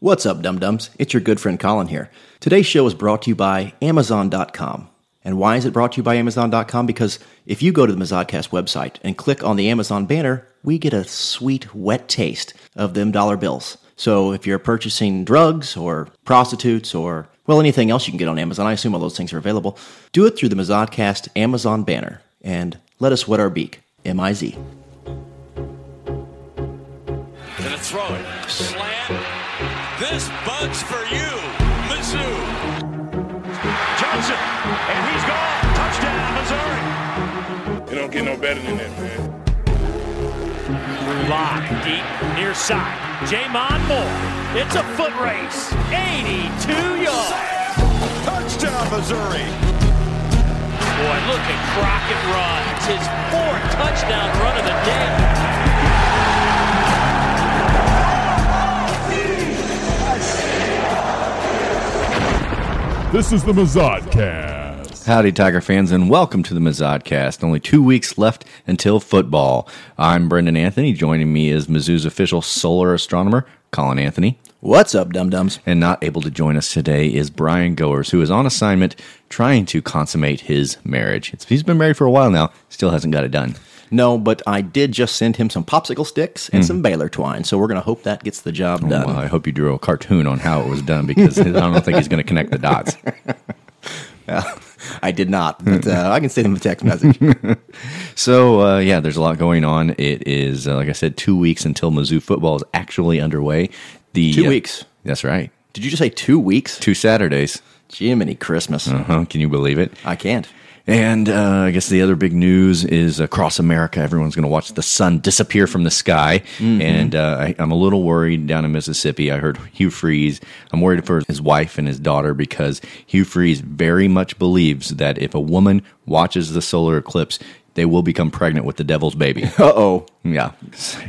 What's up, dum dums? It's your good friend Colin here. Today's show is brought to you by Amazon.com. And why is it brought to you by Amazon.com? Because if you go to the Mazodcast website and click on the Amazon banner, we get a sweet, wet taste of them dollar bills. So if you're purchasing drugs or prostitutes or, well, anything else you can get on Amazon, I assume all those things are available, do it through the Mazodcast Amazon banner and let us wet our beak. M I Z. Gonna throw it. Slam. This bud's for you, Mizzou. Johnson, and he's gone. Touchdown, Missouri. It don't get no better than that, man. Lock deep near side. Jamon Moore. It's a foot race. 82 yards. Touchdown, Missouri. Boy, look at Crockett run. It's his fourth touchdown run of the day. This is the Mazodcast. Howdy, Tiger fans, and welcome to the Mazodcast. Only two weeks left until football. I'm Brendan Anthony. Joining me is Mizzou's official solar astronomer, Colin Anthony. What's up, dum dums? And not able to join us today is Brian Goers, who is on assignment trying to consummate his marriage. It's, he's been married for a while now, still hasn't got it done. No, but I did just send him some popsicle sticks and Hmm. some Baylor twine, so we're going to hope that gets the job done. Well, I hope you drew a cartoon on how it was done because I don't think he's going to connect the dots. I did not, but uh, I can send him a text message. So uh, yeah, there's a lot going on. It is uh, like I said, two weeks until Mizzou football is actually underway. The uh, Two weeks. That's right. Did you just say two weeks? Two Saturdays. Jiminy Christmas. Uh-huh. Can you believe it? I can't. And uh, I guess the other big news is across America, everyone's going to watch the sun disappear from the sky. And uh, I, I'm a little worried down in Mississippi. I heard Hugh Freeze. I'm worried for his wife and his daughter because Hugh Freeze very much believes that if a woman watches the solar eclipse, they will become pregnant with the devil's baby. Uh oh. yeah,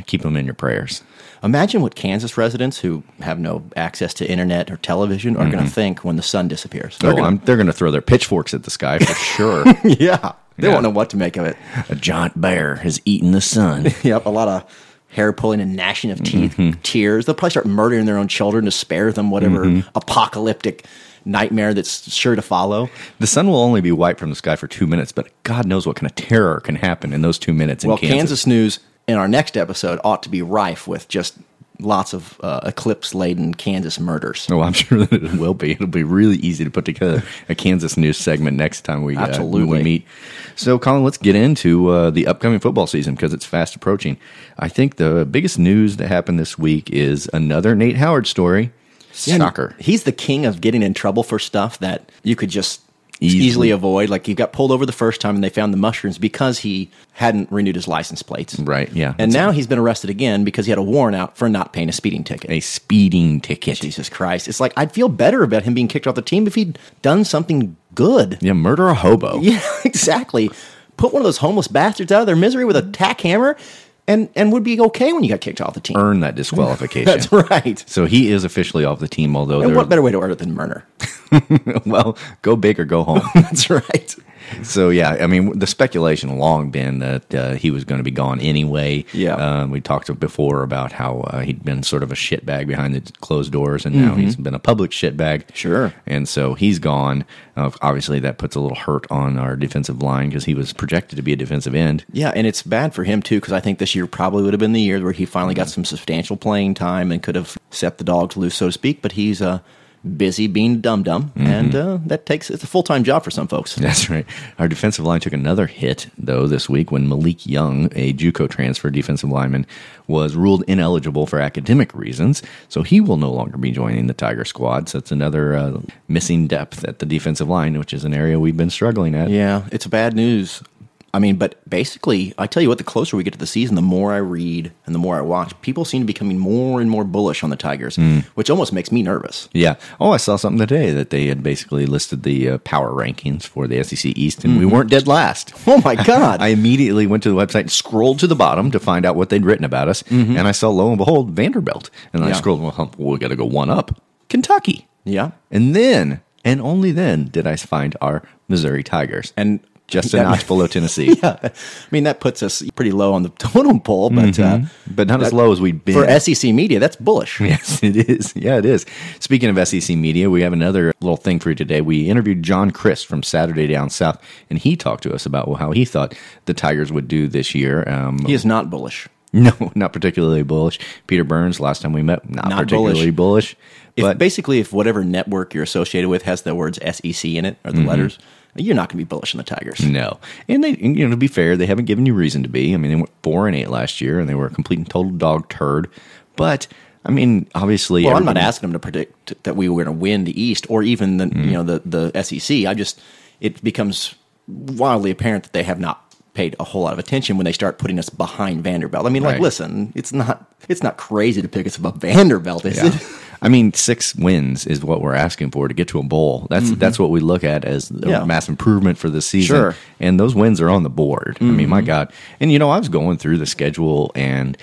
keep them in your prayers. Imagine what Kansas residents who have no access to internet or television are Mm-hmm. going to think when the sun disappears. They're They're gonna- going to Oh, they're gonna throw their pitchforks at the sky for sure. yeah. They Yeah. won't know what to make of it. a giant bear has eaten the sun. Yep, a lot of hair pulling and gnashing of teeth, tears. They'll probably start murdering their own children to spare them whatever apocalyptic nightmare that's sure to follow. The sun will only be white from the sky for two minutes, but God knows what kind of terror can happen in those two minutes in well, Kansas. Kansas. news in our next episode ought to be rife with just lots of uh, eclipse laden Kansas murders. Oh, I'm sure that it will be. It'll be really easy to put together a Kansas news segment next time we, uh, when Absolutely. we meet. So, Colin, let's get into uh, the upcoming football season because it's fast approaching. I think the biggest news that happened this week is another Nate Howard story. Yeah, and Soccer. He's the king of getting in trouble for stuff that you could just easily, Easily. avoid. Like he got pulled over the first time and they found the mushrooms because he hadn't renewed his license plates. Right, yeah. And That's now he's been arrested again because he had a warrant out for not paying a speeding ticket. a speeding ticket. Jesus Christ. It's like I'd feel better about him being kicked off the team if he'd done something good. Yeah, murder a hobo. Yeah, exactly. Put one of those homeless bastards out of their misery with a tack hammer and and would be okay when you got kicked off the team. Earn that disqualification. That's right. So he is officially off the team, although And there- what better way to earn it than murder? well, go big or go home. That's right. So yeah, I mean, the speculation long been that uh, he was going to be gone anyway. Yeah. uh, we talked before about how uh, he'd been sort of a shitbag behind the closed doors, and now he's been a public shitbag. Mm-hmm. Sure. and so he's gone. Uh, obviously, that puts a little hurt on our defensive line because he was projected to be a defensive end. Yeah, and it's bad for him too because I think this year probably would have been the year where he finally Mm-hmm. got some substantial playing time and could have set the dogs loose, so to speak. But he's uh, busy being a dum dum, Mm-hmm. and uh, that takes it's a full time job for some folks. That's right. Our defensive line took another hit, though, this week when Malik Young, a JUCO transfer defensive lineman, was ruled ineligible for academic reasons. So he will no longer be joining the Tiger squad. So it's another uh, missing depth at the defensive line, which is an area we've been struggling at. Yeah, it's bad news I mean, but basically, I tell you what, the closer we get to the season, the more I read and the more I watch, people seem to be becoming more and more bullish on the Tigers, Mm. which almost makes me nervous. Yeah. Oh, I saw something today that they had basically listed the uh, power rankings for the SEC East, and we weren't dead last. Oh my God. I immediately went to the website and scrolled to the bottom to find out what they'd written about us, and I saw lo and behold Vanderbilt, and I Mm-hmm. Yeah. scrolled. Well, we got to go one up, Kentucky, yeah. and then and only then did I find our Missouri Tigers, And just a that- notch below Tennessee, Yeah. I mean, that puts us pretty low on the totem pole, but uh, but not as low as we'd been for E SEC media, that's bullish. Yes, it is. Yeah, it is. Speaking of SEC media, we have another little thing for you today. We interviewed John Chris from Saturday Down South, and he talked to us about how he thought the Tigers would do this year. Um, He is not bullish. no, not particularly bullish. Peter Burns, last time we met, not, Not particularly bullish. If but basically, if whatever network you're associated with has the words SEC in it or the letters, you're not going to be bullish on the Tigers. Mm-hmm. no, and they, and, you know, to be fair, they haven't given you reason to be. I mean, they went four and eight last year, and they were a complete and total dog turd. But I mean, obviously, Well, I'm not everybody- asking them to predict that we were going to win the East or even the Mm. you know the the SEC. I just it becomes wildly apparent that they have not paid a whole lot of attention when they start putting us behind Vanderbilt. I mean, like, Right. listen, it's not it's not crazy to pick us above Vanderbilt, is Yeah. it? I mean, six wins is what we're asking for to get to a bowl. That's that's what we look at as a Mm-hmm. Yeah. mass improvement for the season. Sure. Mm-hmm. And those wins are on the board. I mean, my God. And you know, I was going through the schedule and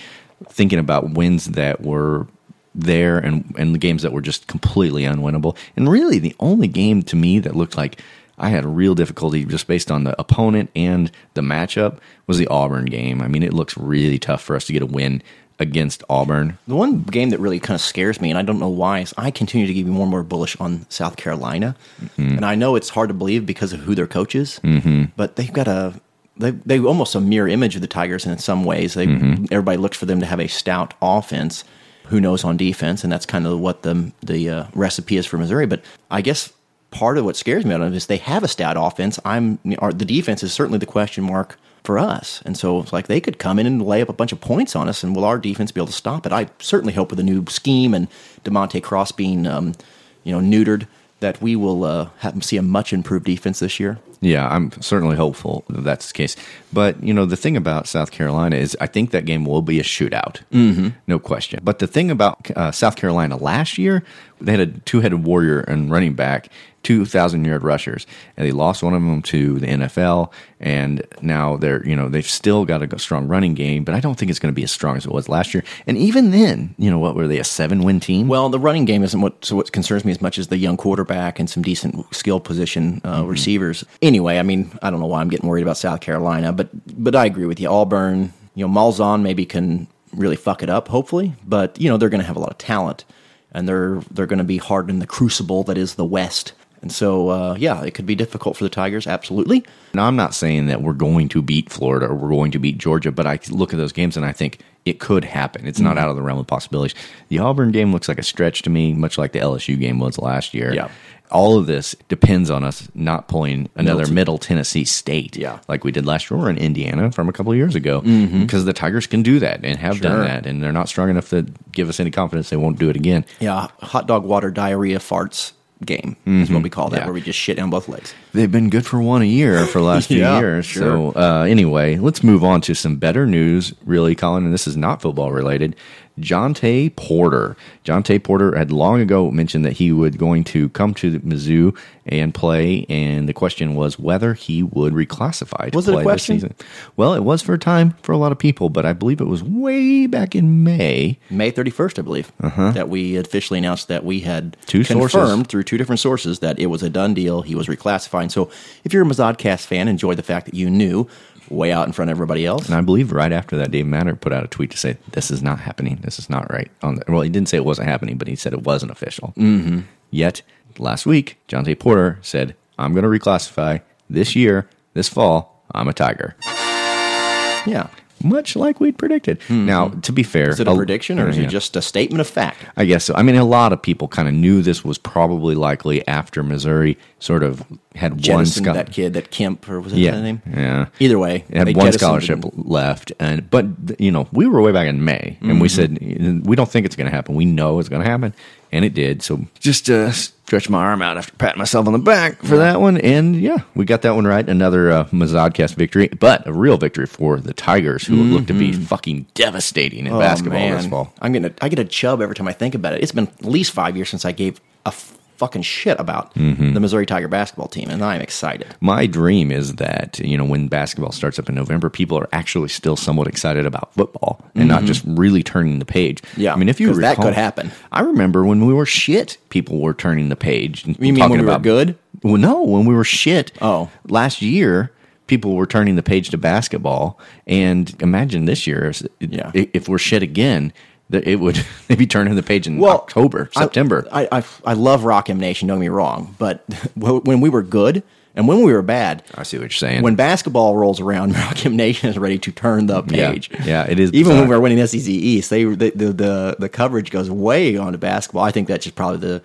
thinking about wins that were there and and the games that were just completely unwinnable. And really, the only game to me that looked like I had real difficulty just based on the opponent and the matchup was the Auburn game. I mean, it looks really tough for us to get a win against Auburn. The one game that really kind of scares me, and I don't know why, is I continue to get more and more bullish on South Carolina, and I know it's hard to believe because of who their coach is, mm-hmm. but they've got a they they almost a mirror image of the Tigers in some ways. They everybody looks for them to have a stout offense. Who knows on defense, and that's kind of what the the uh, recipe is for Missouri. But I guess part of what scares me about it is they have a stout offense. I'm or the defense is certainly the question mark for us. And so it's like they could come in and lay up a bunch of points on us, and will our defense be able to stop it? I certainly hope with a new scheme and Demonte Cross being, um, you know, neutered, that we will uh, have, see a much improved defense this year. Yeah, I'm certainly hopeful that that's the case. But, you know, the thing about South Carolina is I think that game will be a shootout. Mm-hmm. No question. But the thing about uh, South Carolina last year, they had a two headed warrior and running back, 2,000 yard rushers, and they lost one of them to the NFL. And now they're, you know, they've still got a strong running game, but I don't think it's going to be as strong as it was last year. And even then, you know, what were they, a seven win team? Well, the running game isn't what so what concerns me as much as the young quarterback and some decent skill position uh, receivers. Anyway, I mean, I don't know why I'm getting worried about South Carolina, but but I agree with you. Auburn, you know, Malzahn maybe can really fuck it up, hopefully, but you know they're going to have a lot of talent, and they're they're going to be hard in the crucible that is the West. And so, uh, yeah, it could be difficult for the Tigers, absolutely. Now, I'm not saying that we're going to beat Florida or we're going to beat Georgia, but I look at those games and I think it could happen. It's Mm-hmm. not out of the realm of possibilities. The Auburn game looks like a stretch to me, much like the LSU game was last year. Yeah. All of this depends on us not pulling another middle, Tennessee state Yeah. Mm-hmm. like we did last year or in Indiana from a couple of years ago because the Tigers can do that and have done Sure. that, and they're not strong enough to give us any confidence they won't do it again. Yeah, hot dog water diarrhea farts game is what we call that, Yeah. where we just shit down both legs. They've been good for one a year for the last few Yeah, years. sure. So uh, anyway, let's move on to some better news, really, Colin. And this is not football related. Jonte Porter. Jonte Porter had long ago mentioned that he would going to come to Mizzou and play, and the question was whether he would reclassify. To Was it a play this question? season. Well, it was for a time for a lot of people, but I believe it was way back in May. May 31st, I believe, that we officially announced that we had Uh-huh. Two confirmed sources. through two different sources that it was a done deal. He was reclassifying. So if you're a Mazodcast fan, enjoy the fact that you knew way out in front of everybody else. And I believe right after that, Dave Matter put out a tweet to say, "This is not happening. This is not right." On the, well, he didn't say it wasn't happening, but he said it wasn't official. Mm-hmm. Yet last week, John T. Porter said, "I'm going to reclassify this year, this fall. I'm a Tiger." yeah. Mm-hmm. Much like we'd predicted. Now, to be fair, Is it a prediction or is Oh, Yeah. it just a statement of fact? I guess so. I mean, a lot of people kind of knew this was probably likely after Missouri sort of had one jettisoned scho- that kid, that Kemp, or was that Yeah, his name? yeah. Either way, It had they one jettisoned scholarship him. left, and but you know we were way back in May, and we said Mm-hmm. we don't think it's going to happen. We know it's going to happen, and it did. So just to stretch my arm out after patting myself on the back for that one, and yeah, we got that one right. Another uh, Mazadcast victory, but a real victory for the Tigers, who looked to be fucking devastating in Mm-hmm. Oh, basketball this man. fall. I'm getting a, I get a chub every time I think about it. It's been at least five years since I gave a f- fucking shit about Mm-hmm. the Missouri Tiger basketball team, and I'm excited. My dream is that, you know, when basketball starts up in November, people are actually still somewhat excited about football and not just really turning the page. Mm-hmm. Yeah, I mean, if you 'cause that recall- could happen. I remember when we were shit, people were turning the page. And You mean talking when we were about, good? Well, no, when we were shit. Oh. Last year, people were turning the page to basketball. And imagine this year, if, Yeah. if we're shit again, that it would they'd be turning the page in October, I- September. I, I, I, love Rock M Nation. Don't get me wrong, but when we were good and when we were bad, I see what you're saying. When basketball rolls around, Rock M Nation is ready to turn the Yeah. page. Yeah, it is Even when bizarre. we're winning SEC East, they the the, the, the coverage goes way on to basketball. I think that's just probably the.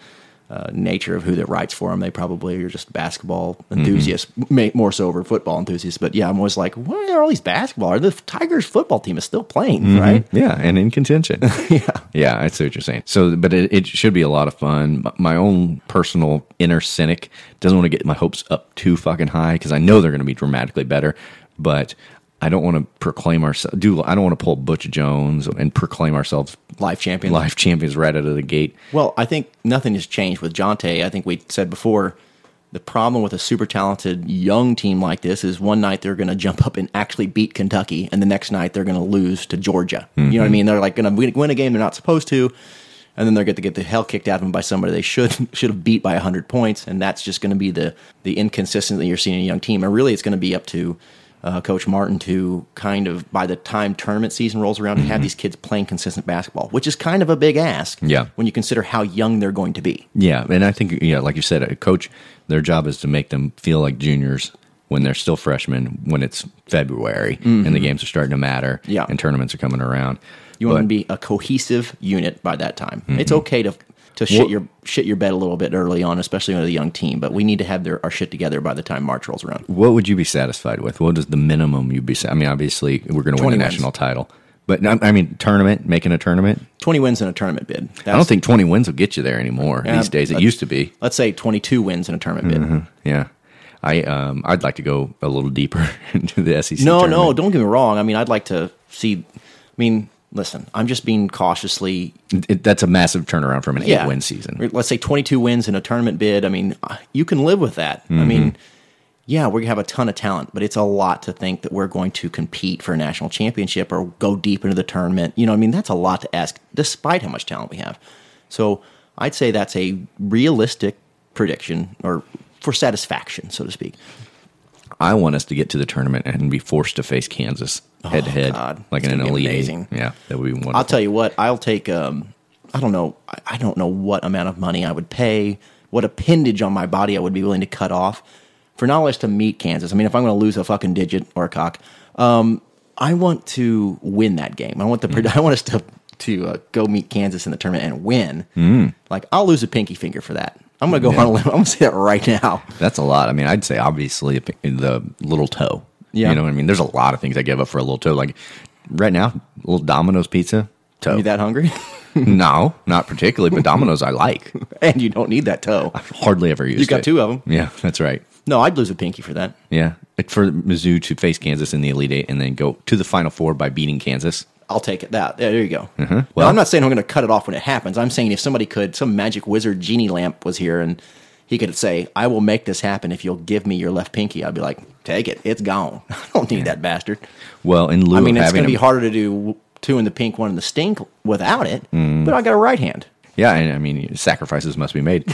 Uh, nature of who that writes for them. They probably are just basketball Mm-hmm. enthusiasts, ma- more so over football enthusiasts. But yeah, I'm always like, why are all these basketball? Are the Tigers football team is still playing, Mm-hmm. right? Yeah, and in contention. yeah. Yeah, I see what you're saying. So, but it, it should be a lot of fun. M- My own personal inner cynic doesn't want to get my hopes up too fucking high because I know they're going to be dramatically better, but I don't want to proclaim ourselves. Do I don't want to pull Butch Jones and proclaim ourselves Life champion, life champions right out of the gate. Well, I think nothing has changed with Jonte. I think we said before the problem with a super talented young team like this is one night they're going to jump up and actually beat Kentucky, and the next night they're going to lose to Georgia. You know what I mean? They're like going to win a game they're not supposed to, and then they're going to get the hell kicked out of them by somebody they should should have beat by hundred points, and that's just going to be the the inconsistency that you're seeing in a young team. And really, it's going to be up to uh, Coach Martin to kind of by the time tournament season rolls around to have these kids playing consistent basketball, which is kind of a big ask. Yeah. when you consider how young they're going to be. Yeah, and I think yeah, like you said, a coach, their job is to make them feel like juniors when they're still freshmen. When it's February and the games are starting to matter, Mm-hmm. Yeah. and tournaments are coming around. You want But- them to be a cohesive unit by that time. It's okay to to shit Mm-hmm. Well- your shit your bed a little bit early on, especially with a young team. But we need to have their our shit together by the time March rolls around. what would you be satisfied with? What is the minimum you'd be? Sa- I mean, obviously, we're going to win 20 a wins. national title, but I I mean, tournament, making a tournament. Twenty wins in a tournament bid. I don't think twenty wins will get you there anymore Yeah, these days. It that's- used to be, Let's say twenty two wins in a tournament bid. Mm-hmm. yeah. I um, I'd like to go a little deeper into the SEC. No, no, tournament. don't get me wrong. I mean, I'd like to see. I mean, listen, I'm just being cautiously It- that's a massive turnaround from an yeah, eight-win season. Or Let's say 22 wins in a tournament bid. I mean, uh, you can live with that. I Mm-hmm. mean, yeah, we have a ton of talent, but it's a lot to think that we're going to compete for a national championship or go deep into the tournament. You know, what I mean, that's a lot to ask, despite how much talent we have. So I'd say that's a realistic prediction or for satisfaction, so to speak. I want us to get to the tournament and be forced to face Kansas head to head, Oh, God. like in It's an gonna be elite. Eight. amazing. Yeah, that would be wonderful. I'll tell you what. I'll take. Um, I don't know. I- I don't know what amount of money I would pay. What appendage on my body I would be willing to cut off for not just to meet Kansas. I mean, if I'm going to lose a fucking digit or a cock, um, I want to win that game. I want the. I want us to to uh, go meet Kansas in the tournament and win. Like I'll lose a pinky finger for that. I'm going to go on a limb. I'm going to say that right now. That's a lot. I mean, I'd say obviously if- the little toe. Yeah. You know what I mean? There's a lot of things I give up for a little toe. Like right now, little Domino's pizza, toe. You that hungry? no, not particularly, but Domino's I like. and you don't need that toe. Hardly ever used You got it. two of 'em. Yeah, that's right. No, I'd lose a pinky for that. Yeah. It- For Mizzou to face Kansas in the Elite Eight and then go to the Final Four by beating Kansas. I'll take it. That there you go. Mm-hmm. Well- now, I'm not saying I'm going to cut it off when it happens. I'm saying if somebody could, some magic wizard genie lamp was here and he could say, "I will make this happen if you'll give me your left pinky," I'd be like, "Take it. It's gone. I don't need that bastard." Well, in lieu I mean, of it's going having to be a- harder to do two in the pink, one in the stink without it. Mm. But I got a right hand. Yeah, and I mean, sacrifices must be made.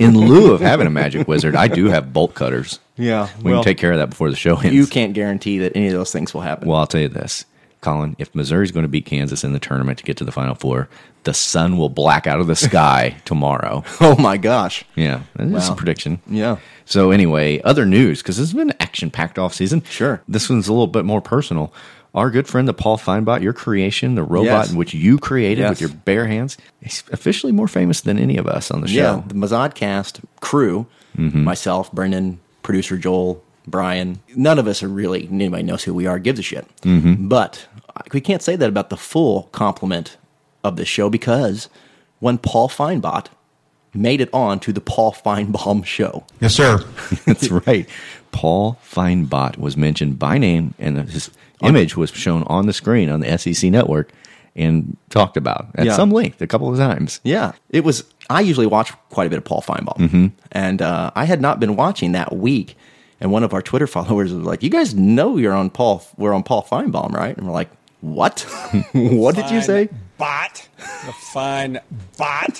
In lieu of having a magic wizard, I do have bolt cutters. Yeah, we well- can take care of that before the show ends. You can't guarantee that any of those things will happen. Well, I'll tell you this, Colin. If Missouri's going to beat Kansas in the tournament to get to the Final Four, the sun will black out of the sky tomorrow. oh my gosh. Yeah, that's Wow. a prediction. Yeah. So anyway, other news because this has been an action-packed off season. Sure. This one's a little bit more personal. Our good friend, the Paul Feinbot, your creation, the robot Yes. which you created with Yes. your bare hands, he's officially more famous than any of us on the show. Mm-hmm. Yeah, the Mazadcast crew, myself, Brendan, producer Joel, Brian. None of us are really anybody knows who we are. Gives a shit. Mm-hmm. But we can't say that about the full complement of the show because when Paul Feinbot made it on to the Paul Feinbaum show, Yes, sir. That's right. Paul Feinbot was mentioned by name, and his image was shown on the screen on the SEC network and talked about at Yeah. some length a couple of times. Yeah, it was. I usually watch quite a bit of Paul Feinbaum, Mm-hmm. and uh, I had not been watching that week. And one of our Twitter followers was like, "You guys know you're on Paul. We're on Paul Feinbaum, right?" And we're like, "What? what did you say?" Bot. The fine bot.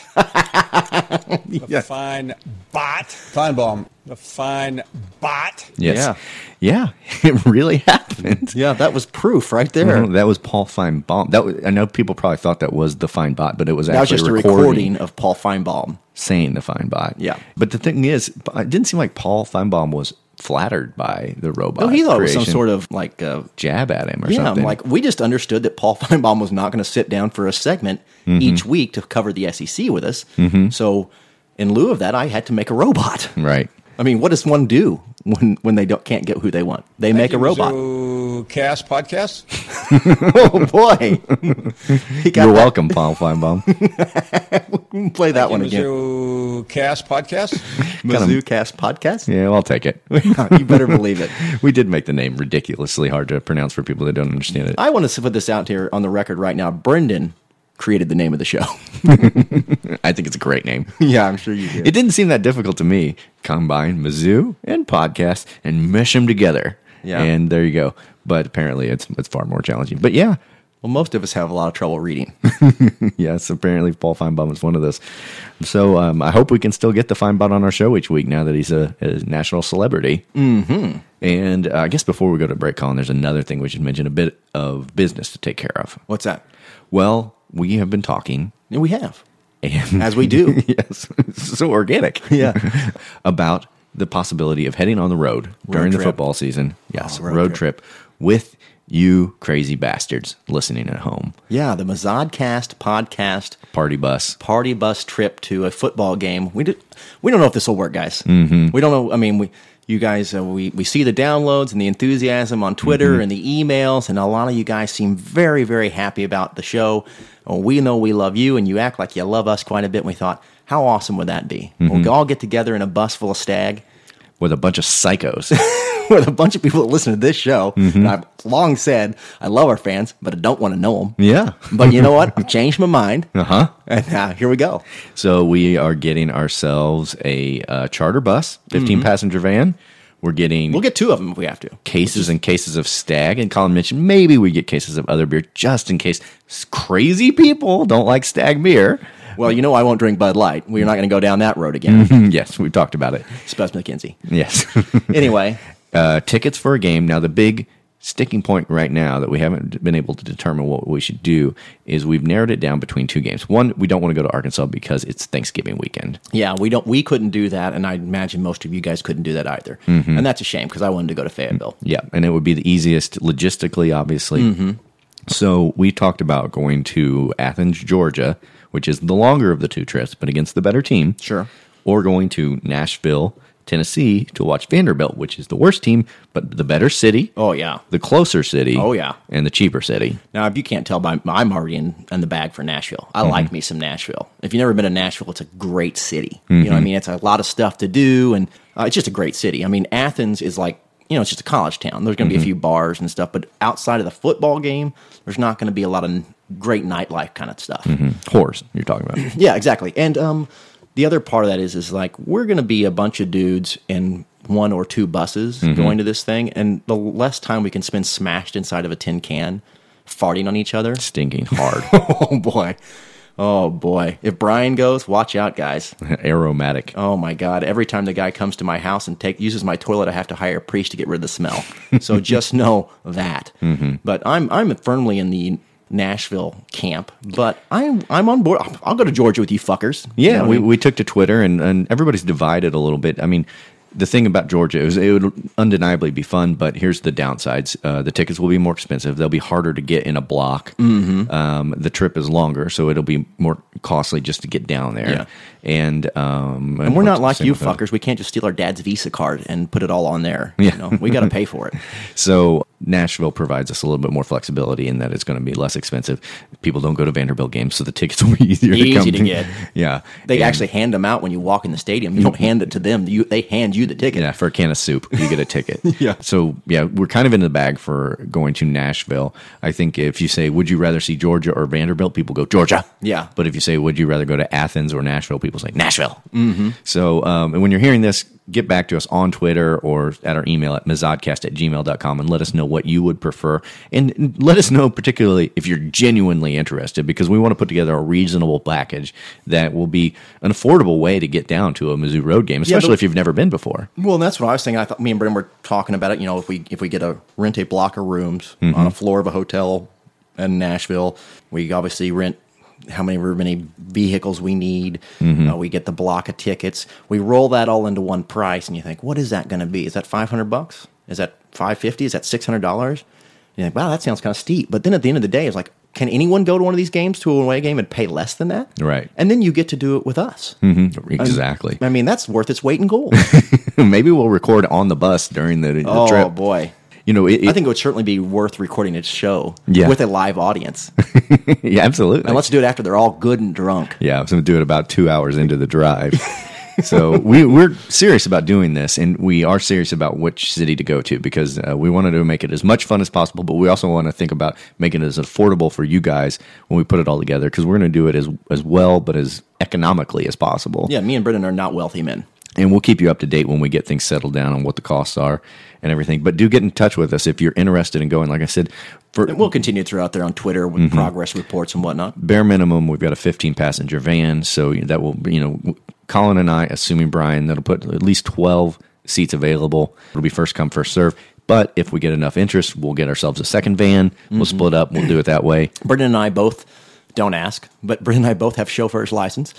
the fine bot. Feinbaum. The fine bot. Yes. Yeah. It really happened. Yeah, that was proof right there. Mhm, That was Paul Feinbaum. That was, I know people probably thought that was the Feinbot, but it was actually That was just a recording. recording of Paul Feinbaum. saying the Feinbot. Yeah. But the thing is, it didn't seem like Paul Feinbaum was flattered by the robot. Oh, he thought it was some creation. sort of like, uh, jab at him or yeah. something. I'm like, we just understood that Paul Feinbaum was not going to sit down for a segment each week to cover the SEC with us. So, in lieu of that, I had to make a robot. right. I mean, what does one do when when they don't, can't get who they want? They make a robot. cast podcast. Oh boy! he got You're that. welcome, Paul Feinbaum. Play that one again. Mizzou cast podcast. Mizzou Cast podcast. yeah, I'll take it. you better believe it. We did make the name ridiculously hard to pronounce for people that don't understand it. I want to put this out here on the record right now. Brendan created the name of the show. I think it's a great name. yeah, I'm sure you did. It didn't seem that difficult to me. Combine Mizzou and podcast and mesh them together. Yeah. And there you go. But apparently it's it's far more challenging. But yeah, Well, most of us have a lot of trouble reading. yes, apparently Paul Feinbaum is one of those. So um, I hope we can still get the Feinbaum on our show each week now that he's a, a national celebrity. Mm-hmm. And uh, I guess before we go to break, Colin, there's another thing we should mention a bit of business to take care of. What's that? Well, we have been talking, Yeah, we have, and as we do. yes, so organic. Yeah. about the possibility of heading on the road during the trip. football season. Yes, Oh, road, road trip. with you crazy bastards listening at home. yeah, the Mazadcast podcast Party bus. party bus trip to a football game. We did, we don't know if this will work, guys. Mm-hmm. We don't know. I mean, we you guys uh, we we see the downloads and the enthusiasm on Twitter and the emails, and a lot of you guys seem very very happy about the show. Well, we know we love you, and you act like you love us quite a bit. And we thought, how awesome would that be? We'll all get together in a bus full of stag. with a bunch of psychos. With a bunch of people that listen to this show, and I've long said I love our fans, but I don't want to know them. yeah. But you know what? I've changed my mind, Uh-huh. and now here we go. So we are getting ourselves a uh, charter bus, 15 passenger van. We're getting Mm-hmm. We'll get two of them if we have to. cases and cases of stag. And Colin mentioned maybe we get cases of other beer just in case s- crazy people don't like stag beer. Well, you know I won't drink Bud Light. We're not going to go down that road Mm-hmm. again. yes, we've talked about it. Spence McKenzie. Yes. Anyway, uh, tickets for a game. Now, the big sticking point right now that we haven't been able to determine what we should do is we've narrowed it down between two games. One, we don't want to go to Arkansas because it's Thanksgiving weekend. yeah, we don't we couldn't do that, and I imagine most of you guys couldn't do that either, and that's a shame because I wanted to go to Fayetteville. Yeah, and it would be the easiest logistically, obviously. Mm-hmm. So we talked about going to Athens, Georgia, which is the longer of the two trips, but against the better team. Sure. Or going to Nashville, Tennessee, to watch Vanderbilt, which is the worst team, but the better city, Oh yeah. the closer city. Oh, yeah. and the cheaper city. Now, if you can't tell, by I'm already in, in the bag for Nashville. I like me some Nashville. If you've never been to Nashville, it's a great city. You know what I mean? It's a lot of stuff to do, and uh, it's just a great city. I mean, Athens is like, you know, it's just a college town. There's going to be a few bars and stuff, but outside of the football game, there's not going to be a lot of n- great nightlife kind of stuff. Mm-hmm. Horse, you're talking about. Yeah, exactly. And um, the other part of that is is like we're going to be a bunch of dudes in one or two buses going to this thing, and the less time we can spend smashed inside of a tin can, farting on each other. Stinking hard. Oh boy, oh boy! If Brian goes, watch out, guys. Aromatic. Oh my God! Every time the guy comes to my house and take uses my toilet, I have to hire a priest to get rid of the smell. so just know that. Mm-hmm. But I'm I'm firmly in the Nashville camp, but I'm I'm on board. I'll go to Georgia with you fuckers. You know Yeah, what I we, mean? we took to Twitter and, and everybody's divided a little bit. I mean, the thing about Georgia is it would undeniably be fun, but here's the downsides: uh, the tickets will be Mm-hmm. more expensive. They'll be harder to get in a block. Um, the trip is longer, so it'll be more costly just to get down there. Yeah. And um, And we're not like you fuckers. We can't just steal our dad's Visa card and put it all on there. Yeah. You know, we got to pay for it. So Nashville provides us a little bit more flexibility in that it's going to be less expensive. People don't go to Vanderbilt games, so the tickets will be easier Easy to, come to get. Yeah, They And- actually hand them out when you walk in the stadium. You don't hand it to them. You they hand you the ticket. Yeah, for a can of soup, you get a ticket. Yeah. So yeah, we're kind of in the bag for going to Nashville. I think if you say, "Would you rather see Georgia or Vanderbilt?" People go Georgia. Yeah. But if you say, "Would you rather go to Athens or Nashville?" People say Nashville. Mm-hmm. So um, and when you're hearing this, get back to us on Twitter or at our email at mazodcast at gmail.com and let us know what you would prefer. And let us know particularly if you're genuinely interested because we want to put together a reasonable package that will be an affordable way to get down to a Mizzou road game, Yeah, but- especially if you've never been before. Well, and that's what I was thinking. I thought me and Brendan were talking about it. You know, if we if we get a rent a block of rooms on a floor of a hotel in Nashville, we obviously rent how many however many vehicles we need. Uh, we get the block of tickets. We roll that all into one price, and you think, what is that going to be? Is that five hundred bucks? Is that five fifty? Is that six hundred dollars? You think, wow, that sounds kind of steep. But then at the end of the day, it's like, can anyone go to one of these games to an away game and pay less than that? Right. And then you get to do it with us. Exactly. I mean, that's worth its weight in gold. Maybe we'll record on the bus during the, the oh trip. boy. You know, it, I think it would certainly be worth recording a show Yeah. with a live audience. it- yeah, absolutely. and let's do it after they're all good and drunk. yeah, I was going to do it about two hours into the drive. so we, we're serious about doing this, and we are serious about which city to go to because uh, we wanted to make it as much fun as possible, but we also want to think about making it as affordable for you guys when we put it all together because we're going to do it as as well, but as economically as possible. Yeah, me and Brendan are not wealthy men. and we'll keep you up to date when we get things settled down on what the costs are and everything. But do get in touch with us if you're interested in going. Like I said, for And we'll continue throughout there on Twitter with Mm-hmm. progress reports and whatnot. bare minimum, we've got a 15 passenger van, so that will you know, Colin and I, assuming Brian, that'll put at least 12 seats available. It'll be first come first serve. But if we get enough interest, we'll get ourselves a second van. We'll split up. We'll do it that way. Brendan and I both don't ask, but Brendan and I both have chauffeur's license.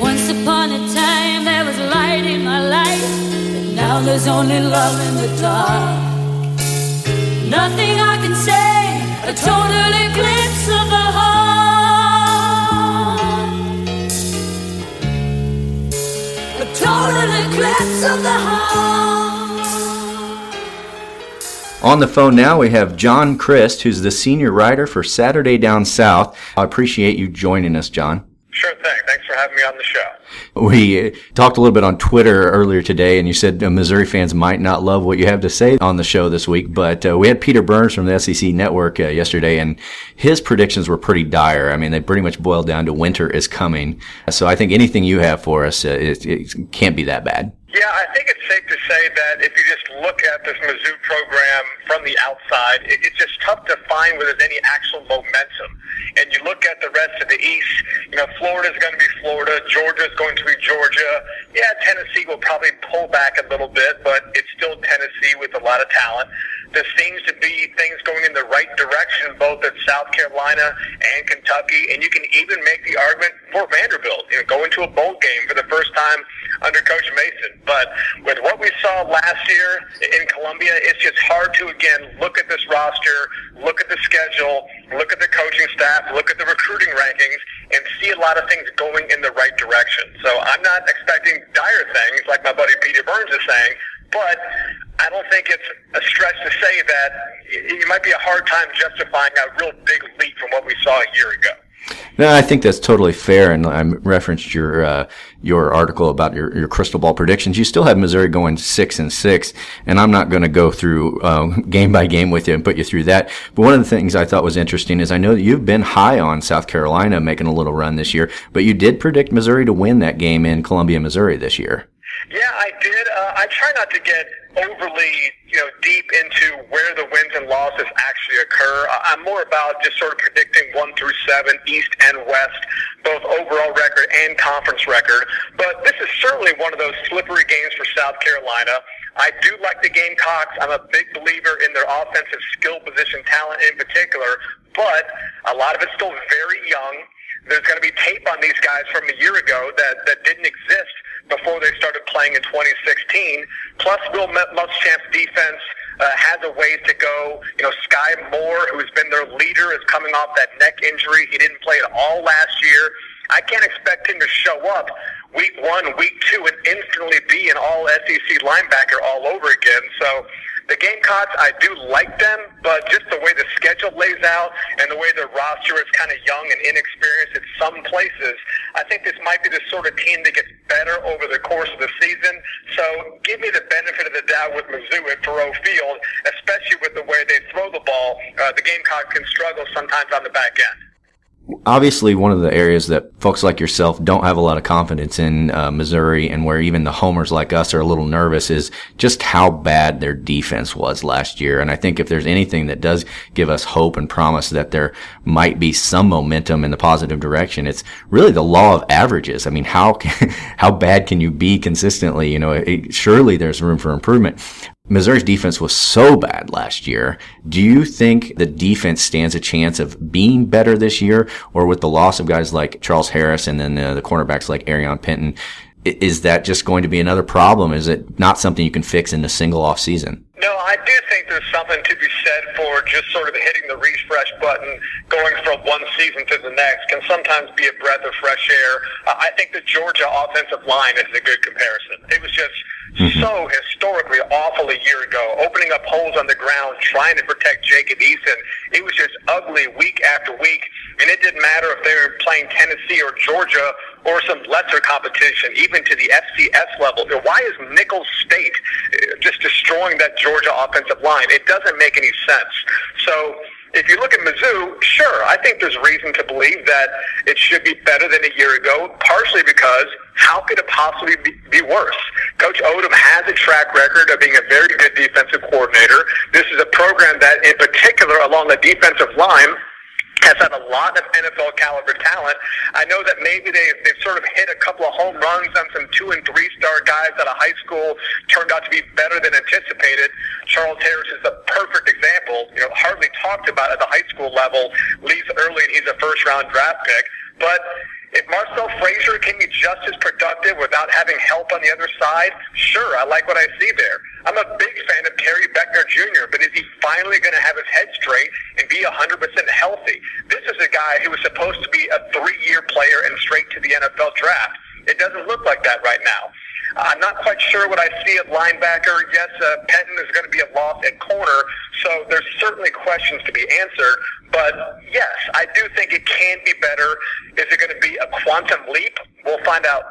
Once upon a time there was light in my life, but now there's only love in the dark. Nothing I can say, a total eclipse of the heart. A total eclipse of the heart. On the phone now, we have John Christ, who's the senior writer for Saturday Down South. I appreciate you joining us, John. Sure thing. Thanks for having me on the show. We uh, talked a little bit on Twitter earlier today, and you said uh, Missouri fans might not love what you have to say on the show this week, but uh, we had Peter Burns from the SEC Network uh, yesterday, and his predictions were pretty dire. I mean, they pretty much boiled down to winter is coming. So I think anything you have for us, uh, it, it can't be that bad. Yeah, I think it's safe to say that if you just look at this Mizzou program from the outside, it, it's just tough to find where there's any actual momentum. And you look at the rest of the East, you know, Florida's going to be Florida, Georgia's going to be Georgia. Yeah, Tennessee will probably pull back a little bit, but it's still Tennessee with a lot of talent. There seems to be things going in the right direction, both at South Carolina and Kentucky. And you can even make the argument for Vanderbilt, you know, going to a bowl game for the first time under Coach Mason. But with what we saw last year in Columbia, it's just hard to again look at this roster, look at the schedule, look at the coaching staff, look at the recruiting rankings, and see a lot of things going in the right direction. So I'm not expecting dire things like my buddy Peter Burns is saying, but I don't think it's a stretch to say that it might be a hard time justifying a real big leap from what we saw a year ago. No, I think that's totally fair, and I referenced your uh, your article about your, your crystal ball predictions. You still have Missouri going six and six, and I'm not going to go through uh, game by game with you and put you through that. But one of the things I thought was interesting is I know that you've been high on South Carolina making a little run this year, but you did predict Missouri to win that game in Columbia, Missouri this year. Yeah, I did. Uh, I try not to get overly, you know, deep into where the wins and losses actually occur. I'm more about just sort of predicting one through seven, East and West, both overall record and conference record. But this is certainly one of those slippery games for South Carolina. I do like the Gamecocks. I'm a big believer in their offensive skill position talent in particular, but a lot of it's still very young. There's going to be tape on these guys from a year ago that, that didn't exist before they started playing in 2016. Plus, Will Muschamp's defense uh, has a ways to go. You know, Sky Moore, who's been their leader, is coming off that neck injury. He didn't play at all last year. I can't expect him to show up week one, week two, and instantly be an all SEC linebacker all over again. So the Gamecocks, I do like them, but just the way the schedule lays out and the way the roster is kind of young and inexperienced at some places, I think this might be the sort of team that gets better over the course of the season. So give me the benefit of the doubt with Mizzou at Thoreau Field, especially with the way they throw the ball. Uh, the Gamecocks can struggle sometimes on the back end. Obviously, one of the areas that folks like yourself don't have a lot of confidence in uh, Missouri, and where even the homers like us are a little nervous, is just how bad their defense was last year. And I think if there's anything that does give us hope and promise that there might be some momentum in the positive direction, it's really the law of averages. I mean, how can, how bad can you be consistently? You know, it, surely there's room for improvement. Missouri's defense was so bad last year. Do you think the defense stands a chance of being better this year, or with the loss of guys like Charles Harris and then uh, the cornerbacks like Arion Penton, is that just going to be another problem? Is it not something you can fix in a single off season? No, I do think there's something to be said for just sort of hitting the refresh button, going from one season to the next can sometimes be a breath of fresh air. Uh, I think the Georgia offensive line is a good comparison. It was just mm-hmm. so historically awful a year ago, opening up holes on the ground, trying to protect Jacob Eason. It was just ugly week after week, and it didn't matter if they were playing Tennessee or Georgia or some lesser competition, even to the FCS level. Why is Nichols State uh, just destroying that Georgia offensive line? It doesn't make any sense. So if you look at Mizzou, sure, I think there's reason to believe that it should be better than a year ago, partially because how could it possibly be, be worse? Coach Odom has a track record of being a very good defensive coordinator. This is a program that, in particular, along the defensive line, has had a lot of NFL caliber talent. I know that maybe they've, they've sort of hit a couple of home runs on some two and three star guys out of high school, turned out to be better than anticipated. Charles Harris is a perfect example, you know, hardly talked about at the high school level, leaves early and he's a first round draft pick. But if Marcel Frazier can be just as productive without having help on the other side, sure, I like what I see there. I'm a big fan of Terry Beckner Jr., but is he finally going to have his head straight and be 100% healthy? This is a guy who was supposed to be a three-year player and straight to the NFL draft. It doesn't look like that right now. I'm Uh, not quite sure what I see at linebacker. Yes, uh, Penton is going to be a loss at corner, so there's certainly questions to be answered. But yes, I do think it can be better. Is it going to be a quantum leap? We'll find out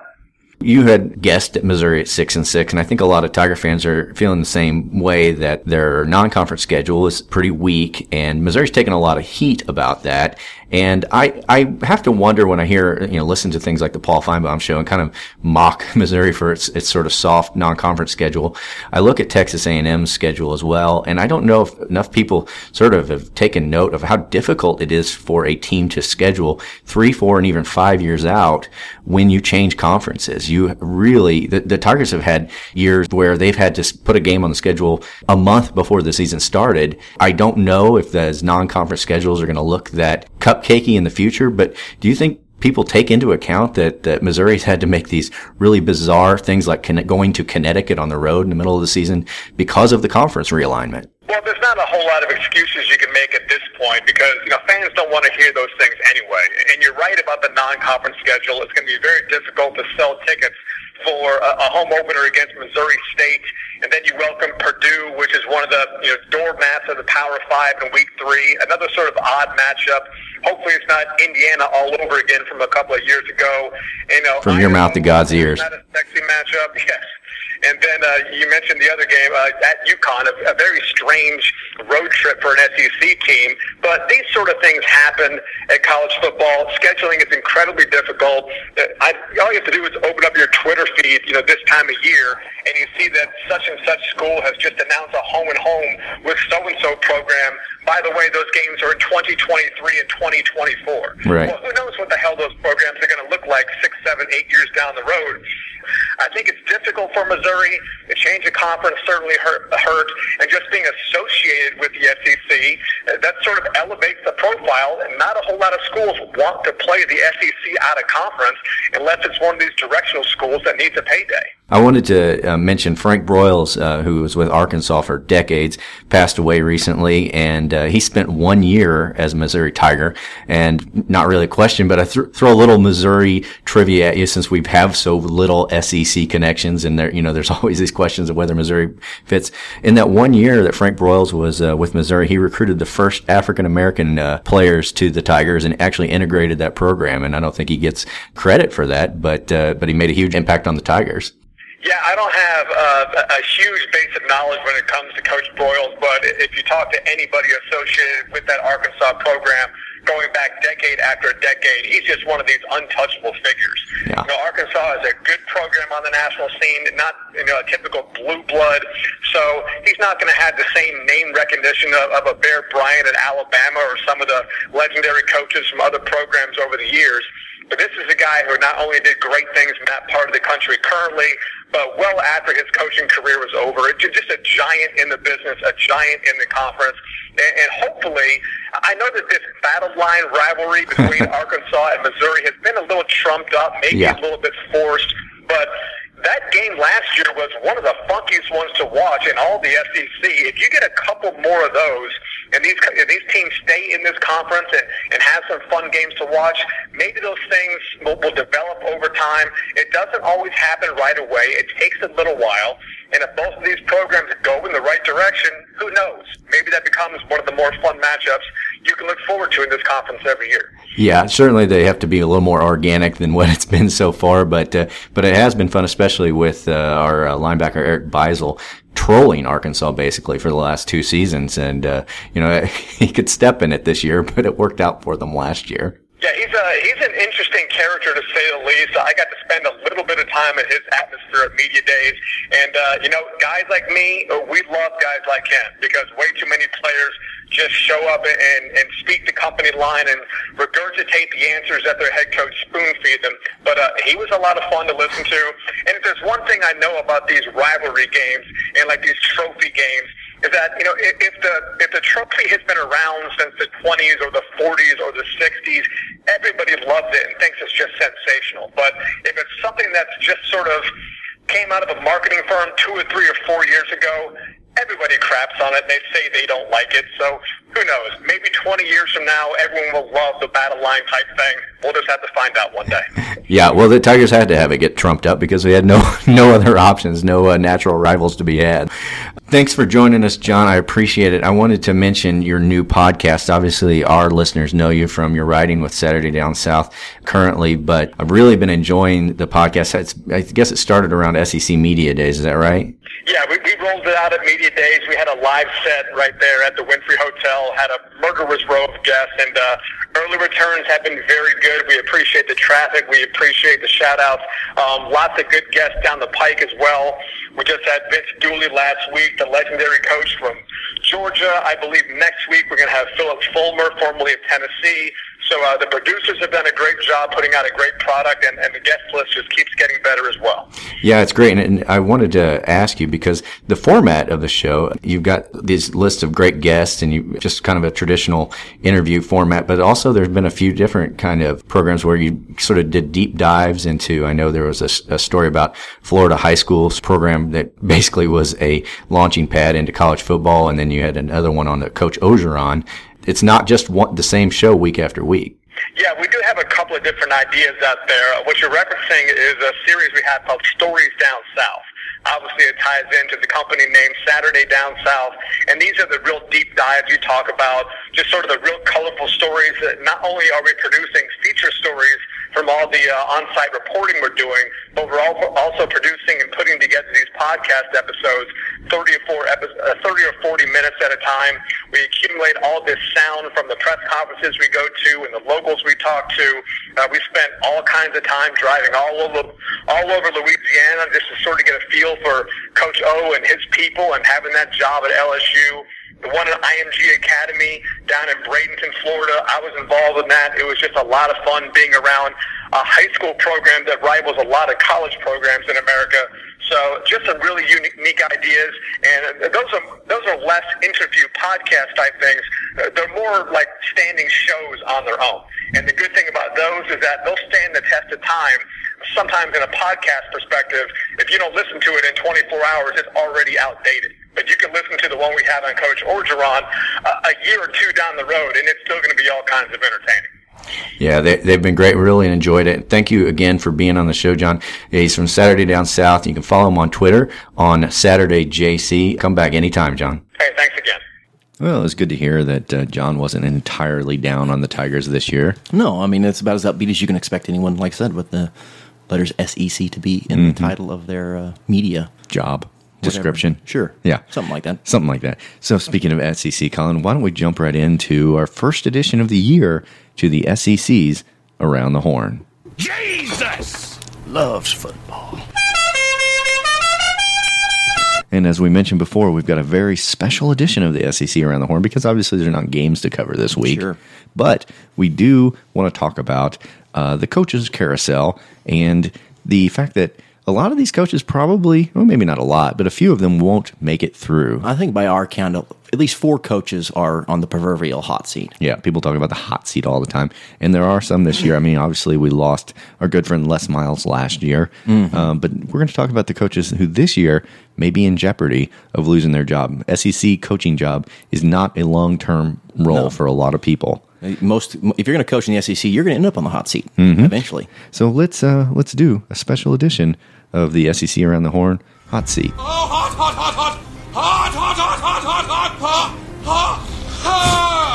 you had guessed at Missouri at six and six, and I think a lot of Tiger fans are feeling the same way that their non-conference schedule is pretty weak, and Missouri's taken a lot of heat about that. And I, I have to wonder when I hear, you know, listen to things like the Paul Feinbaum show and kind of mock Missouri for its, its sort of soft non-conference schedule. I look at Texas A&M's schedule as well. And I don't know if enough people sort of have taken note of how difficult it is for a team to schedule three, four, and even five years out when you change conferences. You really, the, the Tigers have had years where they've had to put a game on the schedule a month before the season started. I don't know if those non-conference schedules are going to look that cupcakey in the future, but do you think people take into account that, that Missouri's had to make these really bizarre things like conne- going to Connecticut on the road in the middle of the season because of the conference realignment? Well, there's not a whole lot of excuses you can make at this point because you know fans don't want to hear those things anyway. And you're right about the non-conference schedule. It's going to be very difficult to sell tickets for a, a home opener against Missouri State, and then you welcome Purdue, which is one of the you know doormats of the Power Five in Week Three. Another sort of odd matchup. Hopefully, it's not Indiana all over again from a couple of years ago. You know, from your mouth to God's ears. Not a sexy matchup. Yes. And then uh, you mentioned the other game uh, at UConn, a, a very strange road trip for an SEC team. But these sort of things happen at college football. Scheduling is incredibly difficult. Uh, I, all you have to do is open up your Twitter feed, you know, this time of year, and you see that such and such school has just announced a home and home with so and so program. By the way, those games are in 2023 and 2024. Right. Well, who knows what the hell those programs are going to look like six, seven, eight years down the road? I think it's difficult for Missouri. The change of conference certainly hurt, hurt, and just being associated with the SEC that sort of elevates the profile. And not a whole lot of schools want to play the SEC out of conference unless it's one of these directional schools that needs a payday. I wanted to uh, mention Frank Broyles, uh, who was with Arkansas for decades, passed away recently, and uh, he spent one year as a Missouri Tiger. And not really a question, but I th- throw a little Missouri trivia at you since we have so little SEC connections, and there, you know, there's always these questions of whether Missouri fits. In that one year that Frank Broyles was uh, with Missouri, he recruited the first African American players to the Tigers and actually integrated that program. And I don't think he gets credit for that, but uh, but he made a huge impact on the Tigers. Yeah, I don't have uh, a huge base of knowledge when it comes to Coach Broyles, but if you talk to anybody associated with that Arkansas program, going back decade after decade, he's just one of these untouchable figures. Yeah. You know, Arkansas is a good program on the national scene, not you know a typical blue blood. So he's not going to have the same name recognition of, of a Bear Bryant at Alabama or some of the legendary coaches from other programs over the years. But this is a guy who not only did great things in that part of the country currently, but well after his coaching career was over, just a giant in the business, a giant in the conference. And, and hopefully, I know that this battle line rivalry between Arkansas and Missouri has been a little trumped up, maybe yeah. a little bit forced, but that game last year was one of the funkiest ones to watch in all the SEC. If you get a couple more of those, and these if these teams stay in this conference and, and have some fun games to watch, maybe those things will, will develop over time. It doesn't always happen right away. It takes a little while. And if both of these programs go in the right direction, who knows? Maybe that becomes one of the more fun matchups you can look forward to in this conference every year. Yeah, certainly they have to be a little more organic than what it's been so far, but uh, but it has been fun, especially with uh, our uh, linebacker Eric Beisel trolling Arkansas basically for the last two seasons, and uh, you know he could step in it this year, but it worked out for them last year. Yeah, he's a he's an interesting character to say the least. I got to spend a little bit of time in his atmosphere at media days, and uh, you know, guys like me, uh, we love guys like him because way too many players just show up and, and speak the company line and regurgitate the answers that their head coach spoon feed them. But uh, he was a lot of fun to listen to. And if there's one thing I know about these rivalry games and like these trophy games, is that you know if, if the if the trophy has been around since the 20s or the 40s or the 60s, everybody loves it and thinks it's just sensational. But if it's something that's just sort of came out of a marketing firm two or three or four years ago, everybody craps on it. They say they don't like it. So who knows? Maybe 20 years from now, everyone will love the battle line type thing. We'll just have to find out one day. yeah, well, the Tigers had to have it get trumped up because we had no no other options, no uh, natural rivals to be had. Thanks for joining us, John. I appreciate it. I wanted to mention your new podcast. Obviously, our listeners know you from your writing with Saturday Down South currently, but I've really been enjoying the podcast. It's, I guess it started around SEC Media Days. Is that right? Yeah, we, we rolled it out at Media Days. We had a live set right there at the Winfrey Hotel had a murderer's row of guests, and uh, Early returns have been very good. We appreciate the traffic. We appreciate the shout outs. Um, lots of good guests down the pike as well. We just had Vince Dooley last week, the legendary coach from Georgia. I believe next week we're going to have Philip Fulmer, formerly of Tennessee. So uh, the producers have done a great job putting out a great product, and, and, the guest list just keeps getting better as well. Yeah, it's great. And, and I wanted to ask you because the format of the show, you've got these lists of great guests, and you just kind of a traditional interview format, but also there's been a few different kind of programs where you sort of did deep dives into. I know there was a, a story about Florida high school's program that basically was a launching pad into college football, and then you had another one on Coach Ogeron it's not just one, the same show week after week. Yeah, we do have a couple of different ideas out there. What you're referencing is a series we have called Stories Down South. Obviously, it ties into the company name Saturday Down South. And these are the real deep dives you talk about, just sort of the real colorful stories that not only are we producing feature stories from all the uh, on-site reporting we're doing, but we're also producing and putting together these podcast episodes, 30 or, four epi- uh, 30 or 40 minutes at a time. We accumulate all this sound from the press conferences we go to and the locals we talk to. Uh, we spent all kinds of time driving all over, all over Louisiana just to sort of get a feel for Coach O and his people and having that job at LSU the one at IMG Academy down in Bradenton, Florida. I was involved in that. It was just a lot of fun being around a high school program that rivals a lot of college programs in America. So just some really unique, unique ideas, and uh, those are those are less interview podcast type things. Uh, They're more like standing shows on their own. And the good thing about those is that they'll stand the test of time. Sometimes in a podcast perspective, if you don't listen to it in 24 hours, it's already outdated but you can listen to the one we had on Coach Orgeron uh, a year or two down the road, and it's still going to be all kinds of entertaining. Yeah, they, they've been great. Really enjoyed it. Thank you again for being on the show, John. He's from Saturday Down South. You can follow him on Twitter on Saturday JC. Come back anytime, John. Hey, thanks again. Well, it's good to hear that uh, John wasn't entirely down on the Tigers this year. No, I mean it's about as upbeat as you can expect anyone. Like I said, with the letters SEC to be in mm-hmm. the title of their uh, media job description. Whatever. Sure. Yeah. Something like that. Something like that. So, speaking of SEC, Colin, why don't we jump right into our first edition of the year to the SEC's Around the Horn? Jesus loves football. And as we mentioned before, we've got a very special edition of the SEC Around the Horn because obviously there are not games to cover this week. Sure. But we do want to talk about uh, the coaches' carousel and the fact that a lot of these coaches probably, well, maybe not a lot, but a few of them won't make it through. I think by our count, at least four coaches are on the proverbial hot seat. Yeah, people talk about the hot seat all the time, and there are some this year. I mean, obviously, we lost our good friend Les Miles last year, mm-hmm. um, but we're going to talk about the coaches who this year may be in jeopardy of losing their job. SEC coaching job is not a long term role no. for a lot of people most if you're going to coach in the SEC, you're going to end up on the hot seat mm-hmm. eventually. So let's uh, let's do a special edition of the SEC around the horn hot seat. Oh, hot, hot, hot, hot, hot, hot, hot, hot, hot, hot, hot, hot,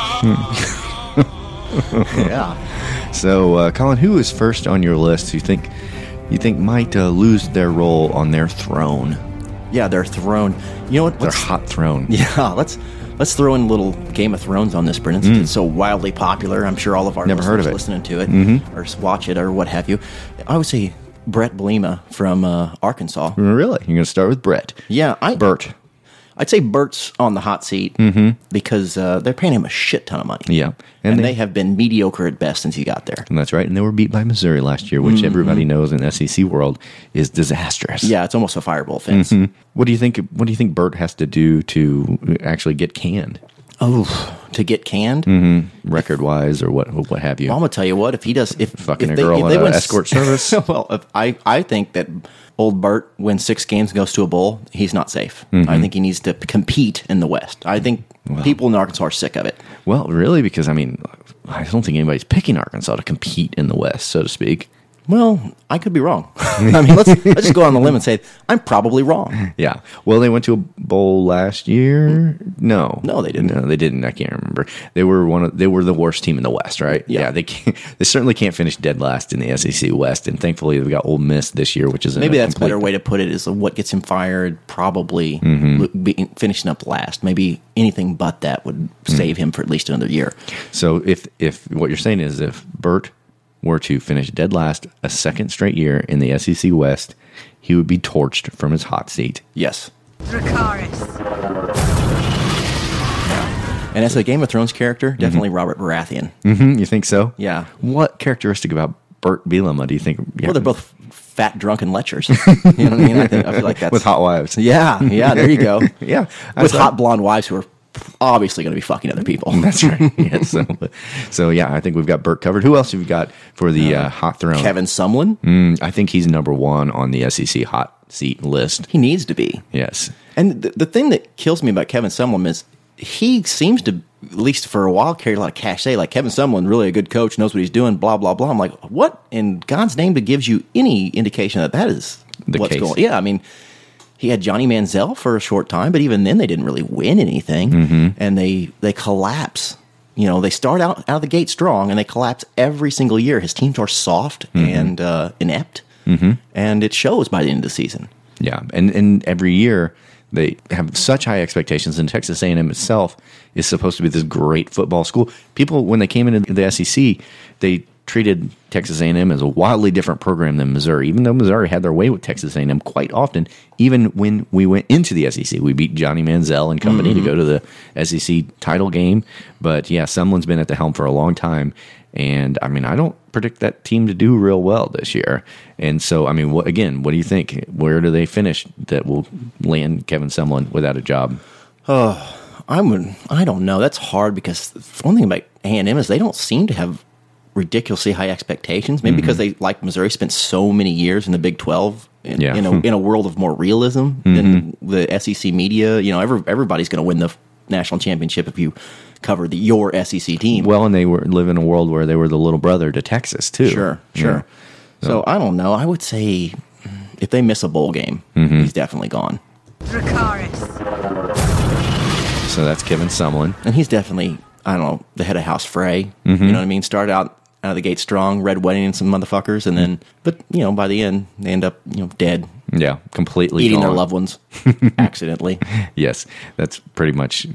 hot. yeah. So, uh, Colin, who is first on your list? You think you think might uh, lose their role on their throne? Yeah, their throne. You know what? Their hot throne. Yeah, let's Let's throw in a little Game of Thrones on this, Brennan, mm. it's so wildly popular. I'm sure all of our Never heard of it. listening to it mm-hmm. or watch it or what have you. I would say Brett Belima from uh, Arkansas. Really? You're going to start with Brett? Yeah. I, Bert. I'd say Bert's on the hot seat mm-hmm. because uh, they're paying him a shit ton of money. Yeah. And, and they, they, have been mediocre at best since he got there. And that's right. And they were beat by Missouri last year, which mm-hmm. everybody knows in SEC world is disastrous. Yeah, it's almost a fireball fence. Mm-hmm. What do you think what do you think Bert has to do to actually get canned? Oh, to get canned, mm-hmm. record wise or what what have you. Well, I'm gonna tell you what. If he does, if fucking if a they, girl if they win, escort service, well, I I think that old Bert wins six games and goes to a bowl, he's not safe. Mm-hmm. I think he needs to compete in the West. I think well, people in Arkansas are sick of it. Well, really, because I mean, I don't think anybody's picking Arkansas to compete in the West, so to speak. Well, I could be wrong. I mean, let's, let's just go on the limb and say I'm probably wrong. Yeah. Well, they went to a bowl last year. No, Hmm. no, they didn't. No, they didn't. I can't remember. They were one. Of, they were the worst team in the West, right? Yeah. they can't, they certainly can't finish dead last in the SEC West, and thankfully they've got Ole Miss this year, which is Maybe that's a better way to put it. Is what gets him fired? Probably Mhm. lo- being, finishing up last. Maybe anything but that would Mm-hmm. save him for at least another year. So if if what you're saying is if Burt were to finish dead last a second straight year in the SEC West, he would be torched from his hot seat. Yes. Dracaris. And as a Game of Thrones character, Mm-hmm. definitely Robert Baratheon. hmm you think so? Yeah. What characteristic about Burt Bielema do you think? Well, they're both fat, drunken lechers. you know what I mean? I, think, I feel like that's with hot wives. Yeah, yeah. There you go. yeah, I with thought- hot blonde wives who are obviously going to be fucking other people. That's right. Yeah, so, so yeah, I think we've got Burt covered. Who else have we got for the uh, hot throne? Kevin Sumlin. Mm, I think he's number one on the SEC hot seat list. He needs to be. Yes. And the, the thing that kills me about Kevin Sumlin is he seems to, at least for a while, carry a lot of cachet. Like Kevin Sumlin, really a good coach, knows what he's doing. Blah blah blah. I'm like, what in God's name that gives you any indication that that is The what's case. going? Yeah, I mean. He had Johnny Manziel for a short time, but even then they didn't really win anything, Mm-hmm. and they they collapse. You know, they start out out of the gate strong, and they collapse every single year. His teams are soft Mm-hmm. and uh, inept, and it shows by the end of the season. Yeah, and and every year they have such high expectations, and Texas A&M itself is supposed to be this great football school. People, when they came into the SEC, they treated Texas A&M as a wildly different program than Missouri, even though Missouri had their way with Texas A&M quite often. Even when we went into the SEC, we beat Johnny Manziel and company to go to the SEC title game. But yeah, Sumlin's been at the helm for a long time, and I mean, I don't predict that team to do real well this year. And so, I mean, what, again, what do you think? Where do they finish that will land Kevin Sumlin without a job? Oh, I would. I don't know. That's hard because one thing about A and M is they don't seem to have ridiculously high expectations. Maybe because Mm-hmm. they, like Missouri, spent so many years in the Big Twelve in, Yeah. Mm-hmm. in a in a world of more realism than the SEC media. You know, every, everybody's going to win the national championship if you cover the, your SEC team. Well, and they were live in a world where they were the little brother to Texas too. Sure, Yeah. sure. So I don't know. I would say if they miss a bowl game, Mm-hmm. he's definitely gone, So that's Kevin Sumlin. and he's definitely. I don't know, the head of House Frey. You know what I mean? Start out out of the gate strong, red wedding and some motherfuckers, and then but you know, by the end they end up, you know, dead, Yeah, completely eating their gone. loved ones accidentally. Yes, that's pretty much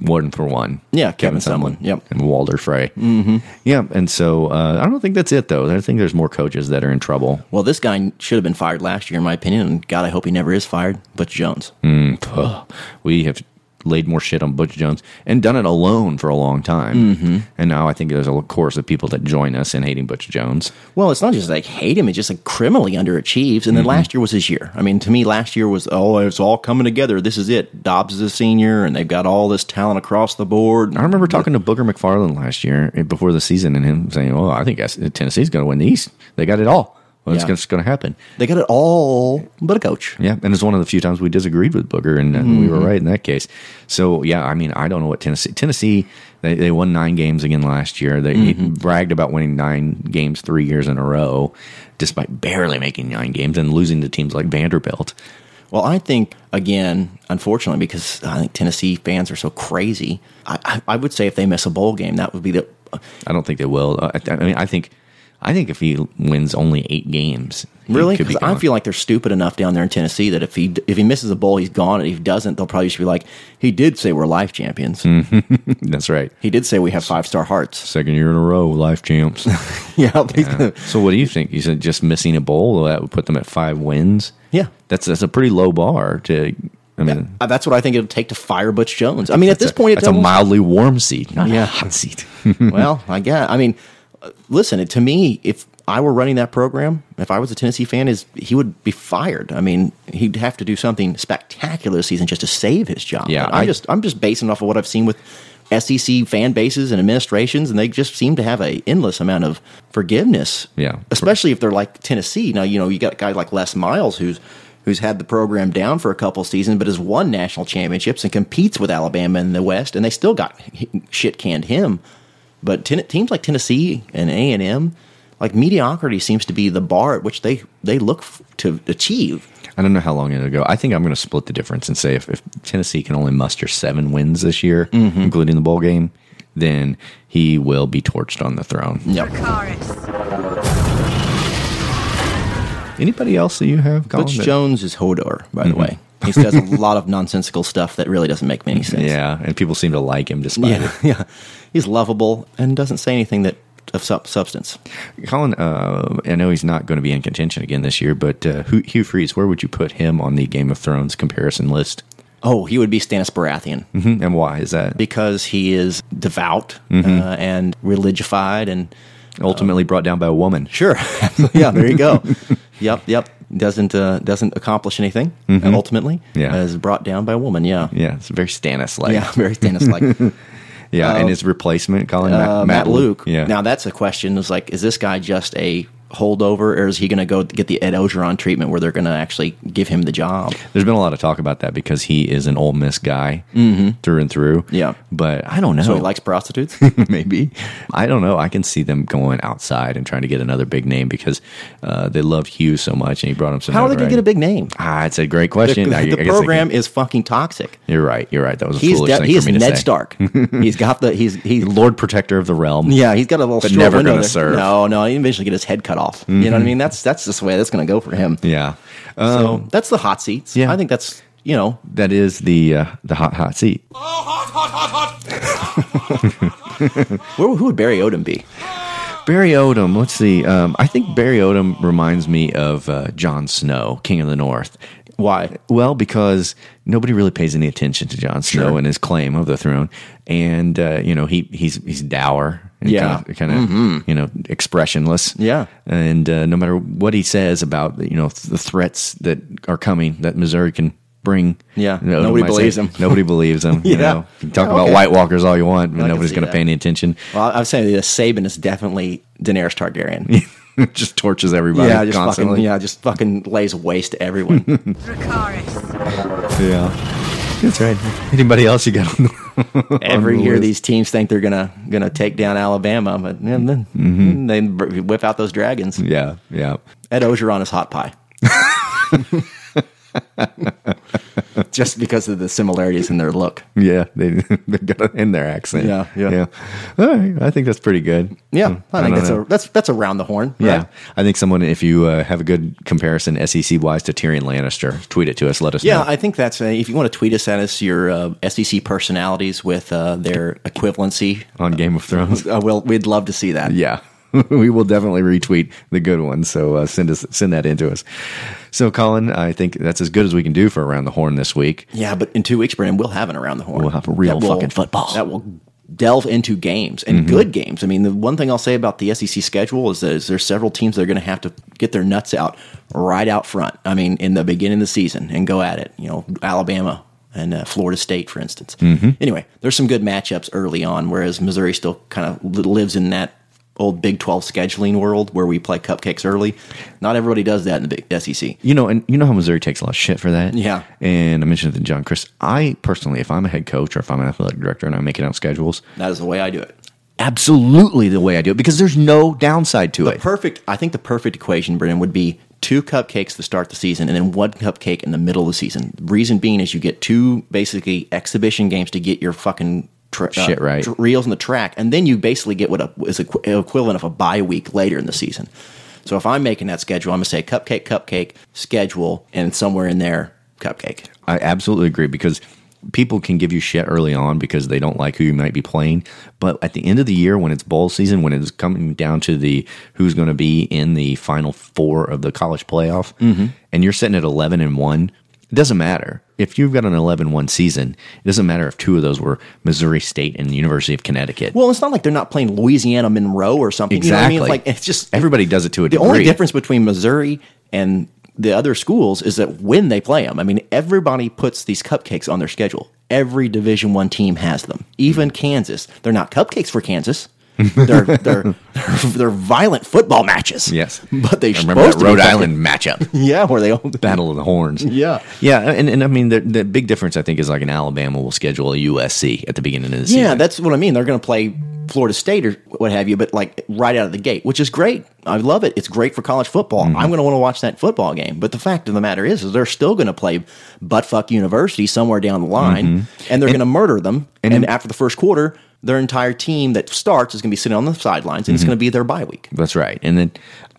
one for one. Yeah, Kevin Sumlin. Yep. and Walder Frey. Mm-hmm. Yeah, and so uh, I don't think that's it though. I think there's more coaches that are in trouble. Well, this guy should have been fired last year, in my opinion, and God, I hope he never is fired, Butch Jones. Mm, puh. we have laid more shit on Butch Jones and done it alone for a long time. Mhm. And now I think there's a chorus of people that join us in hating Butch Jones. Well, it's not just like hate him; it's just like criminally underachieves. And then last year was his year. I mean, to me, last year was oh, it's all coming together. This is it. Dobbs is a senior, and they've got all this talent across the board. I remember talking to Booger McFarland last year eh, before the season and him saying, "Oh, I think that's- Tennessee's going to win the East. They got it all. Well, Yeah. It's going to happen." They got it all, but a coach. Yeah, and it's one of the few times we disagreed with Booger, and, and we were Mhm. right in that case. So yeah, I mean, I don't know what Tennessee. Tennessee they, they won nine games again last year. They Mm-hmm. bragged about winning nine games three years in a row, despite barely making nine games and losing to teams like Vanderbilt. Well, I think again, unfortunately, because I think Tennessee fans are so crazy. I, I, I would say if they miss a bowl game, that would be the. I don't think they will. Uh, I, th- I mean, I think, I think if he wins only eight games, he Really? could be 'Cause I gone. feel like they're stupid enough down there in Tennessee that if he if he misses a bowl, he's gone. And if he doesn't, they'll probably just be like, he did say we're life champions. Hmm. that's right. He did say we have five star hearts. Second year in a row, life champs. yeah, he's Yeah. gonna- so what do you think? You said just missing a bowl that would put them at five wins. Yeah. that's that's a pretty low bar. To I mean, Uh, that's what I think it'll take to fire Butch Jones. I mean, at this point, it that's a doesn't- mildly warm seat, not Yeah. a hot seat. well, I guess. I mean, uh, listen. To me, if I were running that program, if I was a Tennessee fan, is he would be fired. I mean, he'd have to do something spectacular this season just to save his job. Yeah, I'm I- just I'm just basing it off of what I've seen with SEC fan bases and administrations, and they just seem to have a endless amount of forgiveness. Yeah. especially if they're like Tennessee. Now you know you got a guy like Les Miles who's. Who's had the program down for a couple seasons, but has won national championships and competes with Alabama in the West, and they still got shit canned him. But ten- teams like Tennessee and A and M, like mediocrity seems to be the bar at which they they look f- to achieve. I don't know how long it'll go. I think I'm going to split the difference and say if, if Tennessee can only muster seven wins this year, mm-hmm. including the bowl game, then he will be torched on the throne. Yep. Anybody else that you have? Colin, Butch Jones is Hodor, by mm-hmm. the way. he does a lot of nonsensical stuff that really doesn't make any sense. Yeah, and people seem to like him despite yeah, it. Yeah, he's lovable and doesn't say anything that of sub- substance. Colin, uh, I know he's not going to be in contention again this year, but uh, Hugh, Hugh Freeze, where would you put him on the Game of Thrones comparison list? Oh, he would be Stannis Baratheon. Mm-hmm. And why is that? Because he is devout mm-hmm. uh, and religified and ultimately um, brought down by a woman. Sure. yeah, there you go. yep, yep. Doesn't uh, doesn't accomplish anything mm-hmm. ultimately. Yeah, is brought down by a woman. Yeah, yeah. It's very Stannis like. Yeah, very Stannis like. yeah, uh, and his replacement, Colin Matt, uh, Matt, Luke. Yeah. Now that's a question. Is like, is this guy just a holdover, or is he going to go get the Ed Ogeron treatment where they're going to actually give him the job? There's been a lot of talk about that because he is an Ole Miss guy mm-hmm. through and through. Yeah, but I don't know. So he likes prostitutes, maybe. I don't know. I can see them going outside and trying to get another big name because uh, they loved Hugh so much, and he brought him some. How are they going to get a big name? Ah, it's a great question. The, I, the I program is fucking toxic. You're right. You're right. That was a he's foolish de- thing He's for me Ned to say. Stark. he's got the he's he's Lord Protector of the Realm. Yeah, he's got a little but never going to serve. No, no. He eventually get his head cut off. Mm-hmm. You know what I mean? That's that's just the way that's going to go for him. Yeah. Um, so that's the hot seats. Yeah. I think that's you know that is the uh, the hot hot seat. Oh, hot, hot, hot, hot. Where, who would Barry Odom be? Barry Odom. Let's see. Um, I think Barry Odom reminds me of uh, Jon Snow, King of the North. Why? Well, because nobody really pays any attention to Jon Snow sure. and his claim of the throne, and uh, you know he he's he's dour yeah, kind of, kind of mm-hmm. you know expressionless. Yeah, and uh, no matter what he says about you know the threats that are coming that Missouri can bring, yeah, you know, nobody believes say, him. Nobody believes him. yeah, you, know? you talk oh, about okay. White Walkers all you want, but nobody's going to pay any attention. Well, I'm saying that Saban is definitely Daenerys Targaryen. just torches everybody. Yeah, just constantly. fucking yeah, just fucking lays waste to everyone. yeah. That's right. Anybody else you got? The, Every the year, list. these teams think they're gonna gonna take down Alabama, but then mm-hmm. they whip out those dragons. Yeah, yeah. Ed Ogeron is hot pie. Just because of the similarities in their look. Yeah, they they got it in their accent. Yeah, yeah. yeah. Right, I think that's pretty good. Yeah, Hmm. I, I think that's know. a that's that's around the horn. Right? Yeah, I think someone, if you uh, have a good comparison SEC wise to Tyrion Lannister, tweet it to us. Let us. Yeah, know. I think that's a, if you want to tweet us at us your uh, SEC personalities with uh, their equivalency uh, on Game of Thrones. well, we'd love to see that. Yeah. we will definitely retweet the good ones. So uh, send us send that into us. So Colin, I think that's as good as we can do for around the horn this week. Yeah, but in two weeks, Brandon, we'll have an around the horn. We'll have a real that fucking will, football that will delve into games and mm-hmm. good games. I mean, the one thing I'll say about the SEC schedule is that is there's several teams that are going to have to get their nuts out right out front. I mean, in the beginning of the season and go at it. You know, Alabama. And uh, Florida State, for instance. Mm-hmm. Anyway, there's some good matchups early on, whereas Missouri still kind of lives in that old Big 12 scheduling world where we play cupcakes early. Not everybody does that in the big E SEC. You know, and you know how Missouri takes a lot of shit for that. Yeah. And I mentioned it to John Chris. I personally, if I'm a head coach or if I'm an athletic director and I'm making out schedules, that is the way I do it. Absolutely the way I do it because there's no downside to the it. Perfect. I think the perfect equation, Brennan, would be two cupcakes to start the season and then one cupcake in the middle of the season. The reason being is you get two basically exhibition games to get your fucking Tra- shit right uh, reels in the track, and then you basically get what a, is equ- equivalent of a bye week later in the season. So if I'm making that schedule, I'm gonna say cupcake, cupcake schedule, and somewhere in there, cupcake. I absolutely agree because people can give you shit early on because they don't like who you might be playing. But at the end of the year, when it's bowl season, when it's coming down to the who's going to be in the final four of the college playoff, mm-hmm. and you're sitting at eleven and one, it doesn't matter if you've got an 11-1 season it doesn't matter if two of those were missouri state and the university of connecticut well it's not like they're not playing louisiana monroe or something exactly you know I mean? it's like it's just everybody does it to a the degree. only difference between missouri and the other schools is that when they play them i mean everybody puts these cupcakes on their schedule every division one team has them even kansas they're not cupcakes for kansas they're, they're, they're, they're violent football matches. Yes, but they I remember that Rhode Island matchup. Yeah, where they all battle of the horns. Yeah, yeah, and, and I mean the, the big difference I think is like an Alabama will schedule a USC at the beginning of the yeah, season. Yeah, that's what I mean. They're going to play Florida State or what have you, but like right out of the gate, which is great. I love it. It's great for college football. Mm-hmm. I'm going to want to watch that football game. But the fact of the matter is, is they're still going to play buttfuck University somewhere down the line, mm-hmm. and they're going to murder them. And, and, after the first quarter, their entire team that starts is going to be sitting on the sidelines, and mm-hmm. it's going to be their bye week. That's right. And then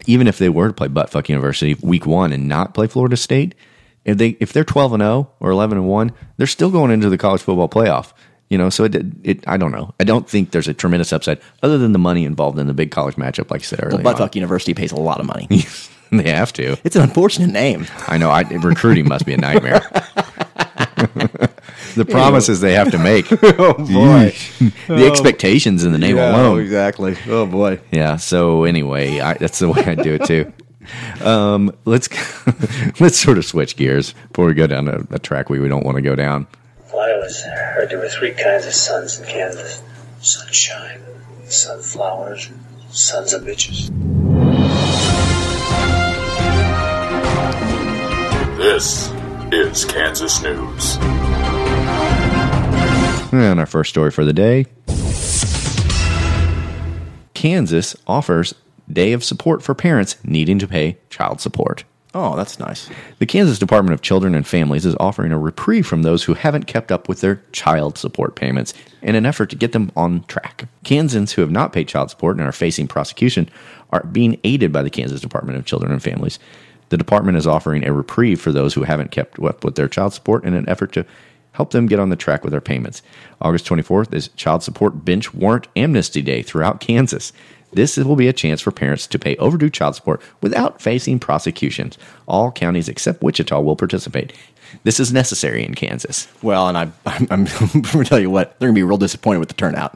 even if they were to play buttfuck University week one and not play Florida State, if they if they're 12 and 0 or 11 and 1 they're still going into the college football playoff you know so it, it i don't know i don't think there's a tremendous upside other than the money involved in the big college matchup like i said earlier well, Buttfuck university pays a lot of money they have to it's an unfortunate name i know I, recruiting must be a nightmare the promises they have to make oh boy Oh. the expectations in the name yeah, alone exactly oh boy yeah so anyway I, that's the way i do it too um, let's let's sort of switch gears before we go down a, a track we, we don't want to go down. Well, I always heard there were three kinds of suns in Kansas: sunshine, sunflowers, sons of bitches. This is Kansas news. And our first story for the day. Kansas offers day of support for parents needing to pay child support. Oh, that's nice. The Kansas Department of Children and Families is offering a reprieve from those who haven't kept up with their child support payments in an effort to get them on track. Kansans who have not paid child support and are facing prosecution are being aided by the Kansas Department of Children and Families. The department is offering a reprieve for those who haven't kept up with their child support in an effort to help them get on the track with their payments. August 24th is Child Support Bench Warrant Amnesty Day throughout Kansas. This will be a chance for parents to pay overdue child support without facing prosecutions. All counties except Wichita will participate. This is necessary in Kansas. Well, and I, I'm, I'm, I'm going to tell you what, they're going to be real disappointed with the turnout.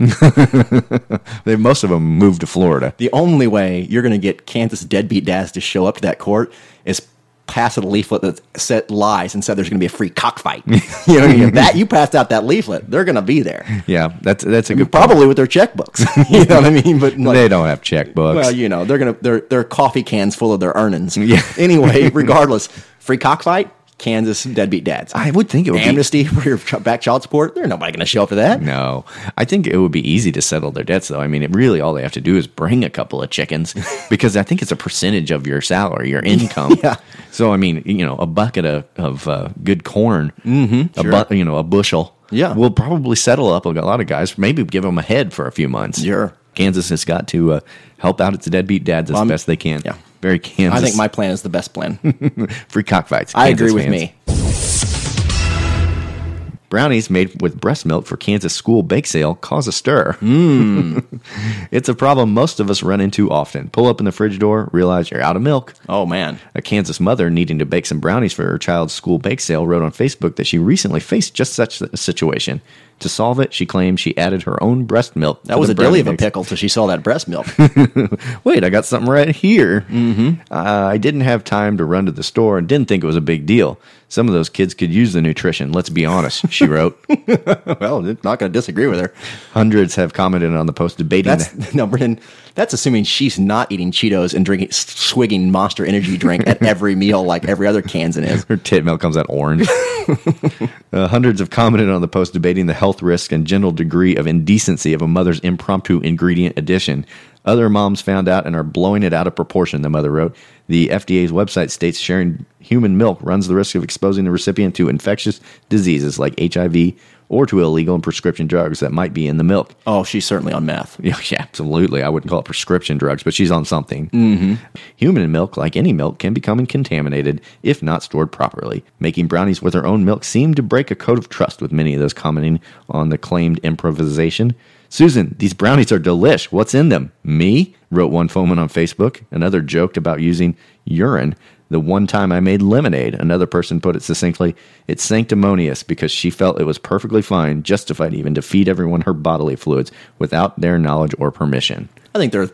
they, most of them moved to Florida. The only way you're going to get Kansas deadbeat dads to show up to that court is pass a leaflet that said lies and said there's going to be a free cockfight. you know, you that you passed out that leaflet, they're going to be there. Yeah, that's that's a I mean, good probably point. with their checkbooks. you know what I mean? But like, they don't have checkbooks. Well, you know, they're going to they're they're coffee cans full of their earnings. Yeah. anyway, regardless, free cockfight. Kansas deadbeat dads. I would think it would amnesty be, for your back child support. There's nobody going to show up to that. No, I think it would be easy to settle their debts, though. I mean, it really all they have to do is bring a couple of chickens because I think it's a percentage of your salary, your income. yeah. So I mean, you know, a bucket of, of uh, good corn, mm-hmm, a sure. bu- you know, a bushel. Yeah, we'll probably settle up a lot of guys. Maybe give them a head for a few months. Sure. Kansas has got to uh, help out its deadbeat dads as um, best they can. Yeah very Kansas. I think my plan is the best plan. Free cockfights. I agree with fans. me. Brownies made with breast milk for Kansas school bake sale cause a stir. Mm. it's a problem most of us run into often. Pull up in the fridge door, realize you're out of milk. Oh, man. A Kansas mother needing to bake some brownies for her child's school bake sale wrote on Facebook that she recently faced just such a situation. To solve it, she claimed she added her own breast milk. That was a dilly of a pickle till she saw that breast milk. Wait, I got something right here. Mm-hmm. Uh, I didn't have time to run to the store and didn't think it was a big deal. Some of those kids could use the nutrition, let's be honest, she wrote. well, I'm not going to disagree with her. Hundreds have commented on the post debating that's, that. No, Brendan, that's assuming she's not eating Cheetos and drinking, swigging monster energy drink at every meal like every other Kansan is. Her tit milk comes out orange. uh, hundreds have commented on the post debating the health risk and general degree of indecency of a mother's impromptu ingredient addition. Other moms found out and are blowing it out of proportion, the mother wrote. The FDA's website states sharing human milk runs the risk of exposing the recipient to infectious diseases like HIV or to illegal and prescription drugs that might be in the milk. Oh, she's certainly on meth. Yeah, absolutely. I wouldn't call it prescription drugs, but she's on something. Mm-hmm. Human milk, like any milk, can become contaminated if not stored properly. Making brownies with her own milk seemed to break a code of trust with many of those commenting on the claimed improvisation. Susan, these brownies are delish. What's in them? Me? wrote one foeman on Facebook. Another joked about using urine. The one time I made lemonade, another person put it succinctly, it's sanctimonious because she felt it was perfectly fine, justified even, to feed everyone her bodily fluids without their knowledge or permission. I think they're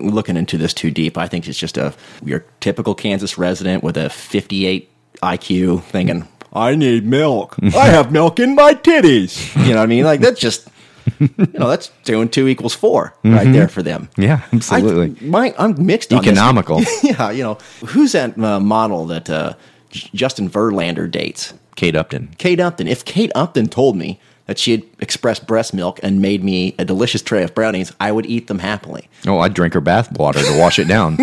looking into this too deep. I think it's just a your typical Kansas resident with a 58 IQ thinking, I need milk. I have milk in my titties. You know what I mean? Like, that's just you know, that's two and two equals 4 right mm-hmm. there for them. Yeah, absolutely. I, my, I'm mixed Economical. yeah, you know, who's that uh, model that uh, Justin Verlander dates? Kate Upton. Kate Upton. If Kate Upton told me that she had expressed breast milk and made me a delicious tray of brownies, I would eat them happily. Oh, I'd drink her bath water to wash it down.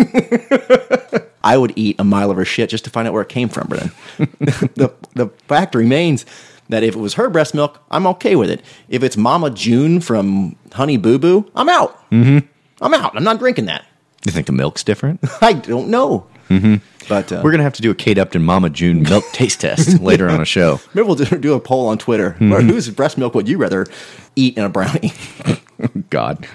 I would eat a mile of her shit just to find out where it came from, Brennan. the, the fact remains that if it was her breast milk, I'm okay with it. If it's Mama June from Honey Boo Boo, I'm out. Mm-hmm. I'm out. I'm not drinking that. You think the milk's different? I don't know. Mm-hmm. But uh, we're gonna have to do a Kate Upton Mama June milk taste test later on a show. Maybe we'll do a poll on Twitter: mm-hmm. or whose breast milk would you rather eat in a brownie? God.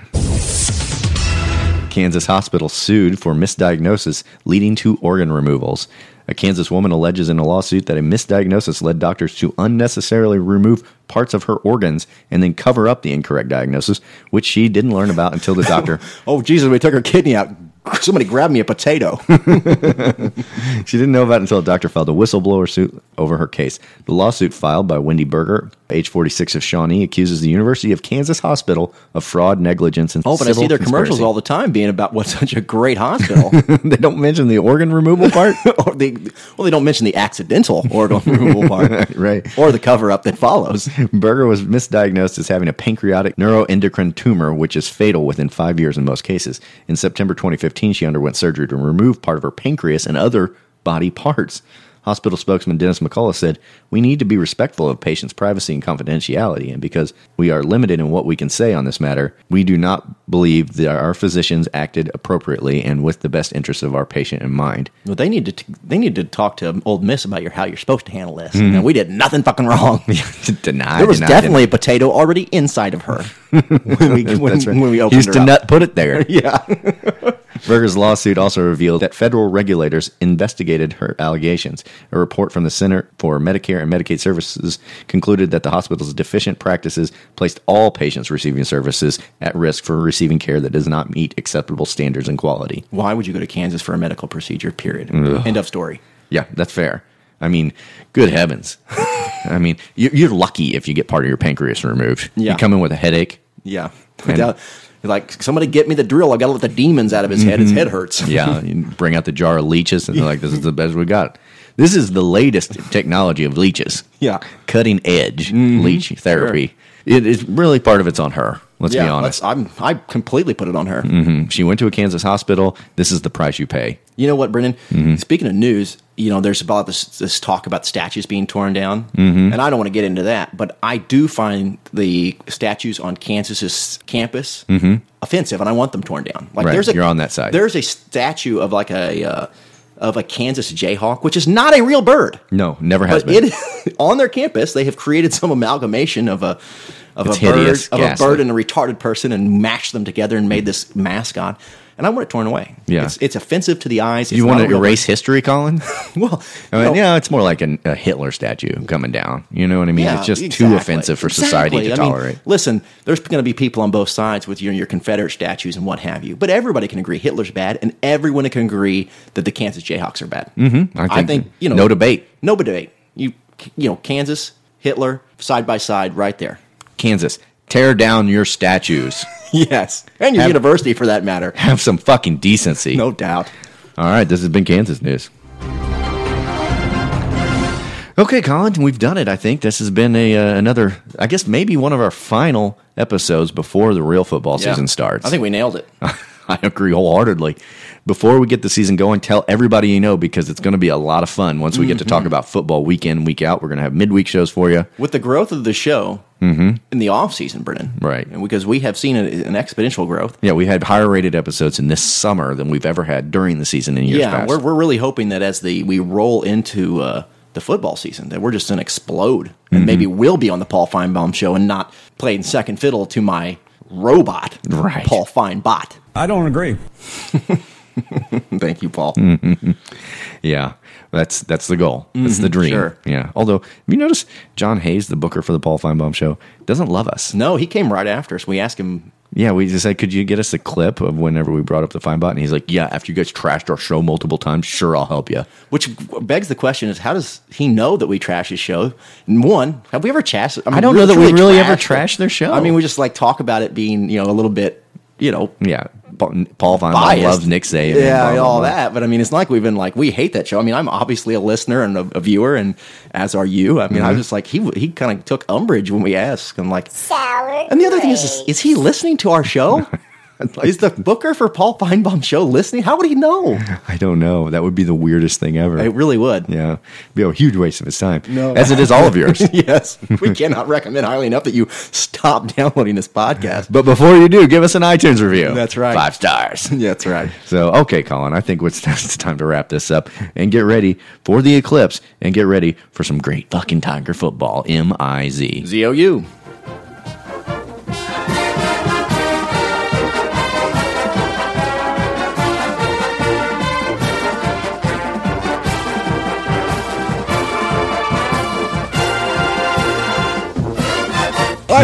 Kansas hospital sued for misdiagnosis leading to organ removals. A Kansas woman alleges in a lawsuit that a misdiagnosis led doctors to unnecessarily remove parts of her organs and then cover up the incorrect diagnosis, which she didn't learn about until the doctor. oh, Jesus, we took her kidney out. Somebody grabbed me a potato. she didn't know about it until a doctor filed a whistleblower suit over her case. The lawsuit filed by Wendy Berger, age 46 of Shawnee, accuses the University of Kansas Hospital of fraud, negligence, and oh, but I see their conspiracy. commercials all the time being about what such a great hospital. they don't mention the organ removal part, or the well, they don't mention the accidental organ removal part, right, or the cover up that follows. Berger was misdiagnosed as having a pancreatic neuroendocrine tumor, which is fatal within five years in most cases. In September 2015, she underwent surgery to remove part of her pancreas and other body parts. Hospital spokesman Dennis McCullough said, We need to be respectful of patients' privacy and confidentiality, and because we are limited in what we can say on this matter, we do not believe that our physicians acted appropriately and with the best interests of our patient in mind. Well, they need to t- they need to talk to Old Miss about your how you're supposed to handle this. Mm. You know, we did nothing fucking wrong. deny. There was deny, definitely deny. a potato already inside of her when we when, right. when we opened Used to nut put it there. yeah. Berger's lawsuit also revealed that federal regulators investigated her allegations. A report from the Center for Medicare and Medicaid Services concluded that the hospital's deficient practices placed all patients receiving services at risk for receiving care that does not meet acceptable standards and quality. Why would you go to Kansas for a medical procedure, period? Ugh. End of story. Yeah, that's fair. I mean, good heavens. I mean, you're lucky if you get part of your pancreas removed. Yeah. You come in with a headache. Yeah. And- like somebody get me the drill. I got to let the demons out of his head. His head hurts. Mm-hmm. yeah, bring out the jar of leeches, and they're like, "This is the best we got." This is the latest technology of leeches. Yeah, cutting edge mm-hmm. leech therapy. Sure. It is really part of it's on her. Let's yeah, be honest. I'm, I completely put it on her. Mm-hmm. She went to a Kansas hospital. This is the price you pay. You know what, Brendan? Mm-hmm. Speaking of news, you know, there's about this, this talk about statues being torn down, mm-hmm. and I don't want to get into that, but I do find the statues on Kansas's campus offensive, and I want them torn down. Like Mm-hmm. right. there's a you're on that side. There's a statue of like a. Uh, of a Kansas Jayhawk, which is not a real bird. No, never has been. It, on their campus, they have created some amalgamation of a of It's a bird, hideous, of a ghastly. bird and a retarded person, and mashed them together and made this mascot. And I want it torn away. Yeah. it's, it's offensive to the eyes. It's you want not a to real erase bird. history, Colin? Well, I mean, no, yeah, it's more like an, a Hitler statue coming down. You know what I mean? yeah, it's just exactly, too offensive for exactly. society to I mean, tolerate. listen, there's going to be people on both sides with your, your Confederate statues and what have you, but everybody can agree Hitler's bad, and everyone can agree that the Kansas Jayhawks are bad. Mm-hmm. I I think- think you know no debate. No debate. You you know Kansas, Hitler, side by side, right there. Kansas, tear down your statues. Yes, and your Have- university for that matter. Have some fucking decency. No doubt. All right, this has been Kansas News. Okay, Colin, we've done it. I think this has been a uh, another, I guess maybe one of our final episodes before the real football Yeah. season starts. I think we nailed it. I agree wholeheartedly. Before we get the season going, tell everybody you know because it's going to be a lot of fun once we get to talk about football week in, week out. We're going to have midweek shows for you. With the growth of the show in the off season, Brennan, Mm-hmm. Right. And because we have seen a, an exponential growth. Yeah, we had higher rated episodes in this summer than we've ever had during the season in years yeah, past. we're we're really hoping that as the we roll into uh, the football season, that we're just going to explode, Mm-hmm. and maybe we'll be on the Paul Feinbaum show and not playing second fiddle to my robot, Right. Paul Feinbot. I don't agree. Thank you, Paul. Mm. Yeah, that's that's the goal. That's the dream. Mm-hmm. sure. Yeah. Although, have you noticed John Hayes, the booker for the Paul Feinbaum show, doesn't love us? No, he came right after us. We asked him Yeah, we just said, could you get us a clip of whenever we brought up the Feinbot? And he's like, yeah, after you guys trashed our show multiple times, sure, I'll help you. Which begs the question: Is how does he know that we trash his show? And One, have we ever trashed? mean, I don't know that we really ever trashed their show. I mean, we just like talk about it being you know a little bit you know Yeah, Paul Feinbaum loves Nick Saban. Yeah, blah, blah, all blah. that. But I mean, it's not like we've been like we hate that show. I mean, I'm obviously a listener and a, a viewer, and as are you. I mean, I'm Mhm. just like he he kind of took umbrage when we asked. I'm like, Sour. and the other thing is, is, is he listening to our show? is the booker for Paul Feinbaum show listening? How would he know? I don't know. That would be the weirdest thing ever. It really would. Yeah, be a huge waste of his time. No. as it is all of yours. yes, we cannot recommend highly enough that you stop downloading this podcast. But before you do, give us an iTunes review. That's right. Five stars. Yeah, that's right. So, okay, Colin, I think it's, it's time to wrap this up and get ready for the eclipse and get ready for some great fucking Tiger football. M I Z. Z O U. I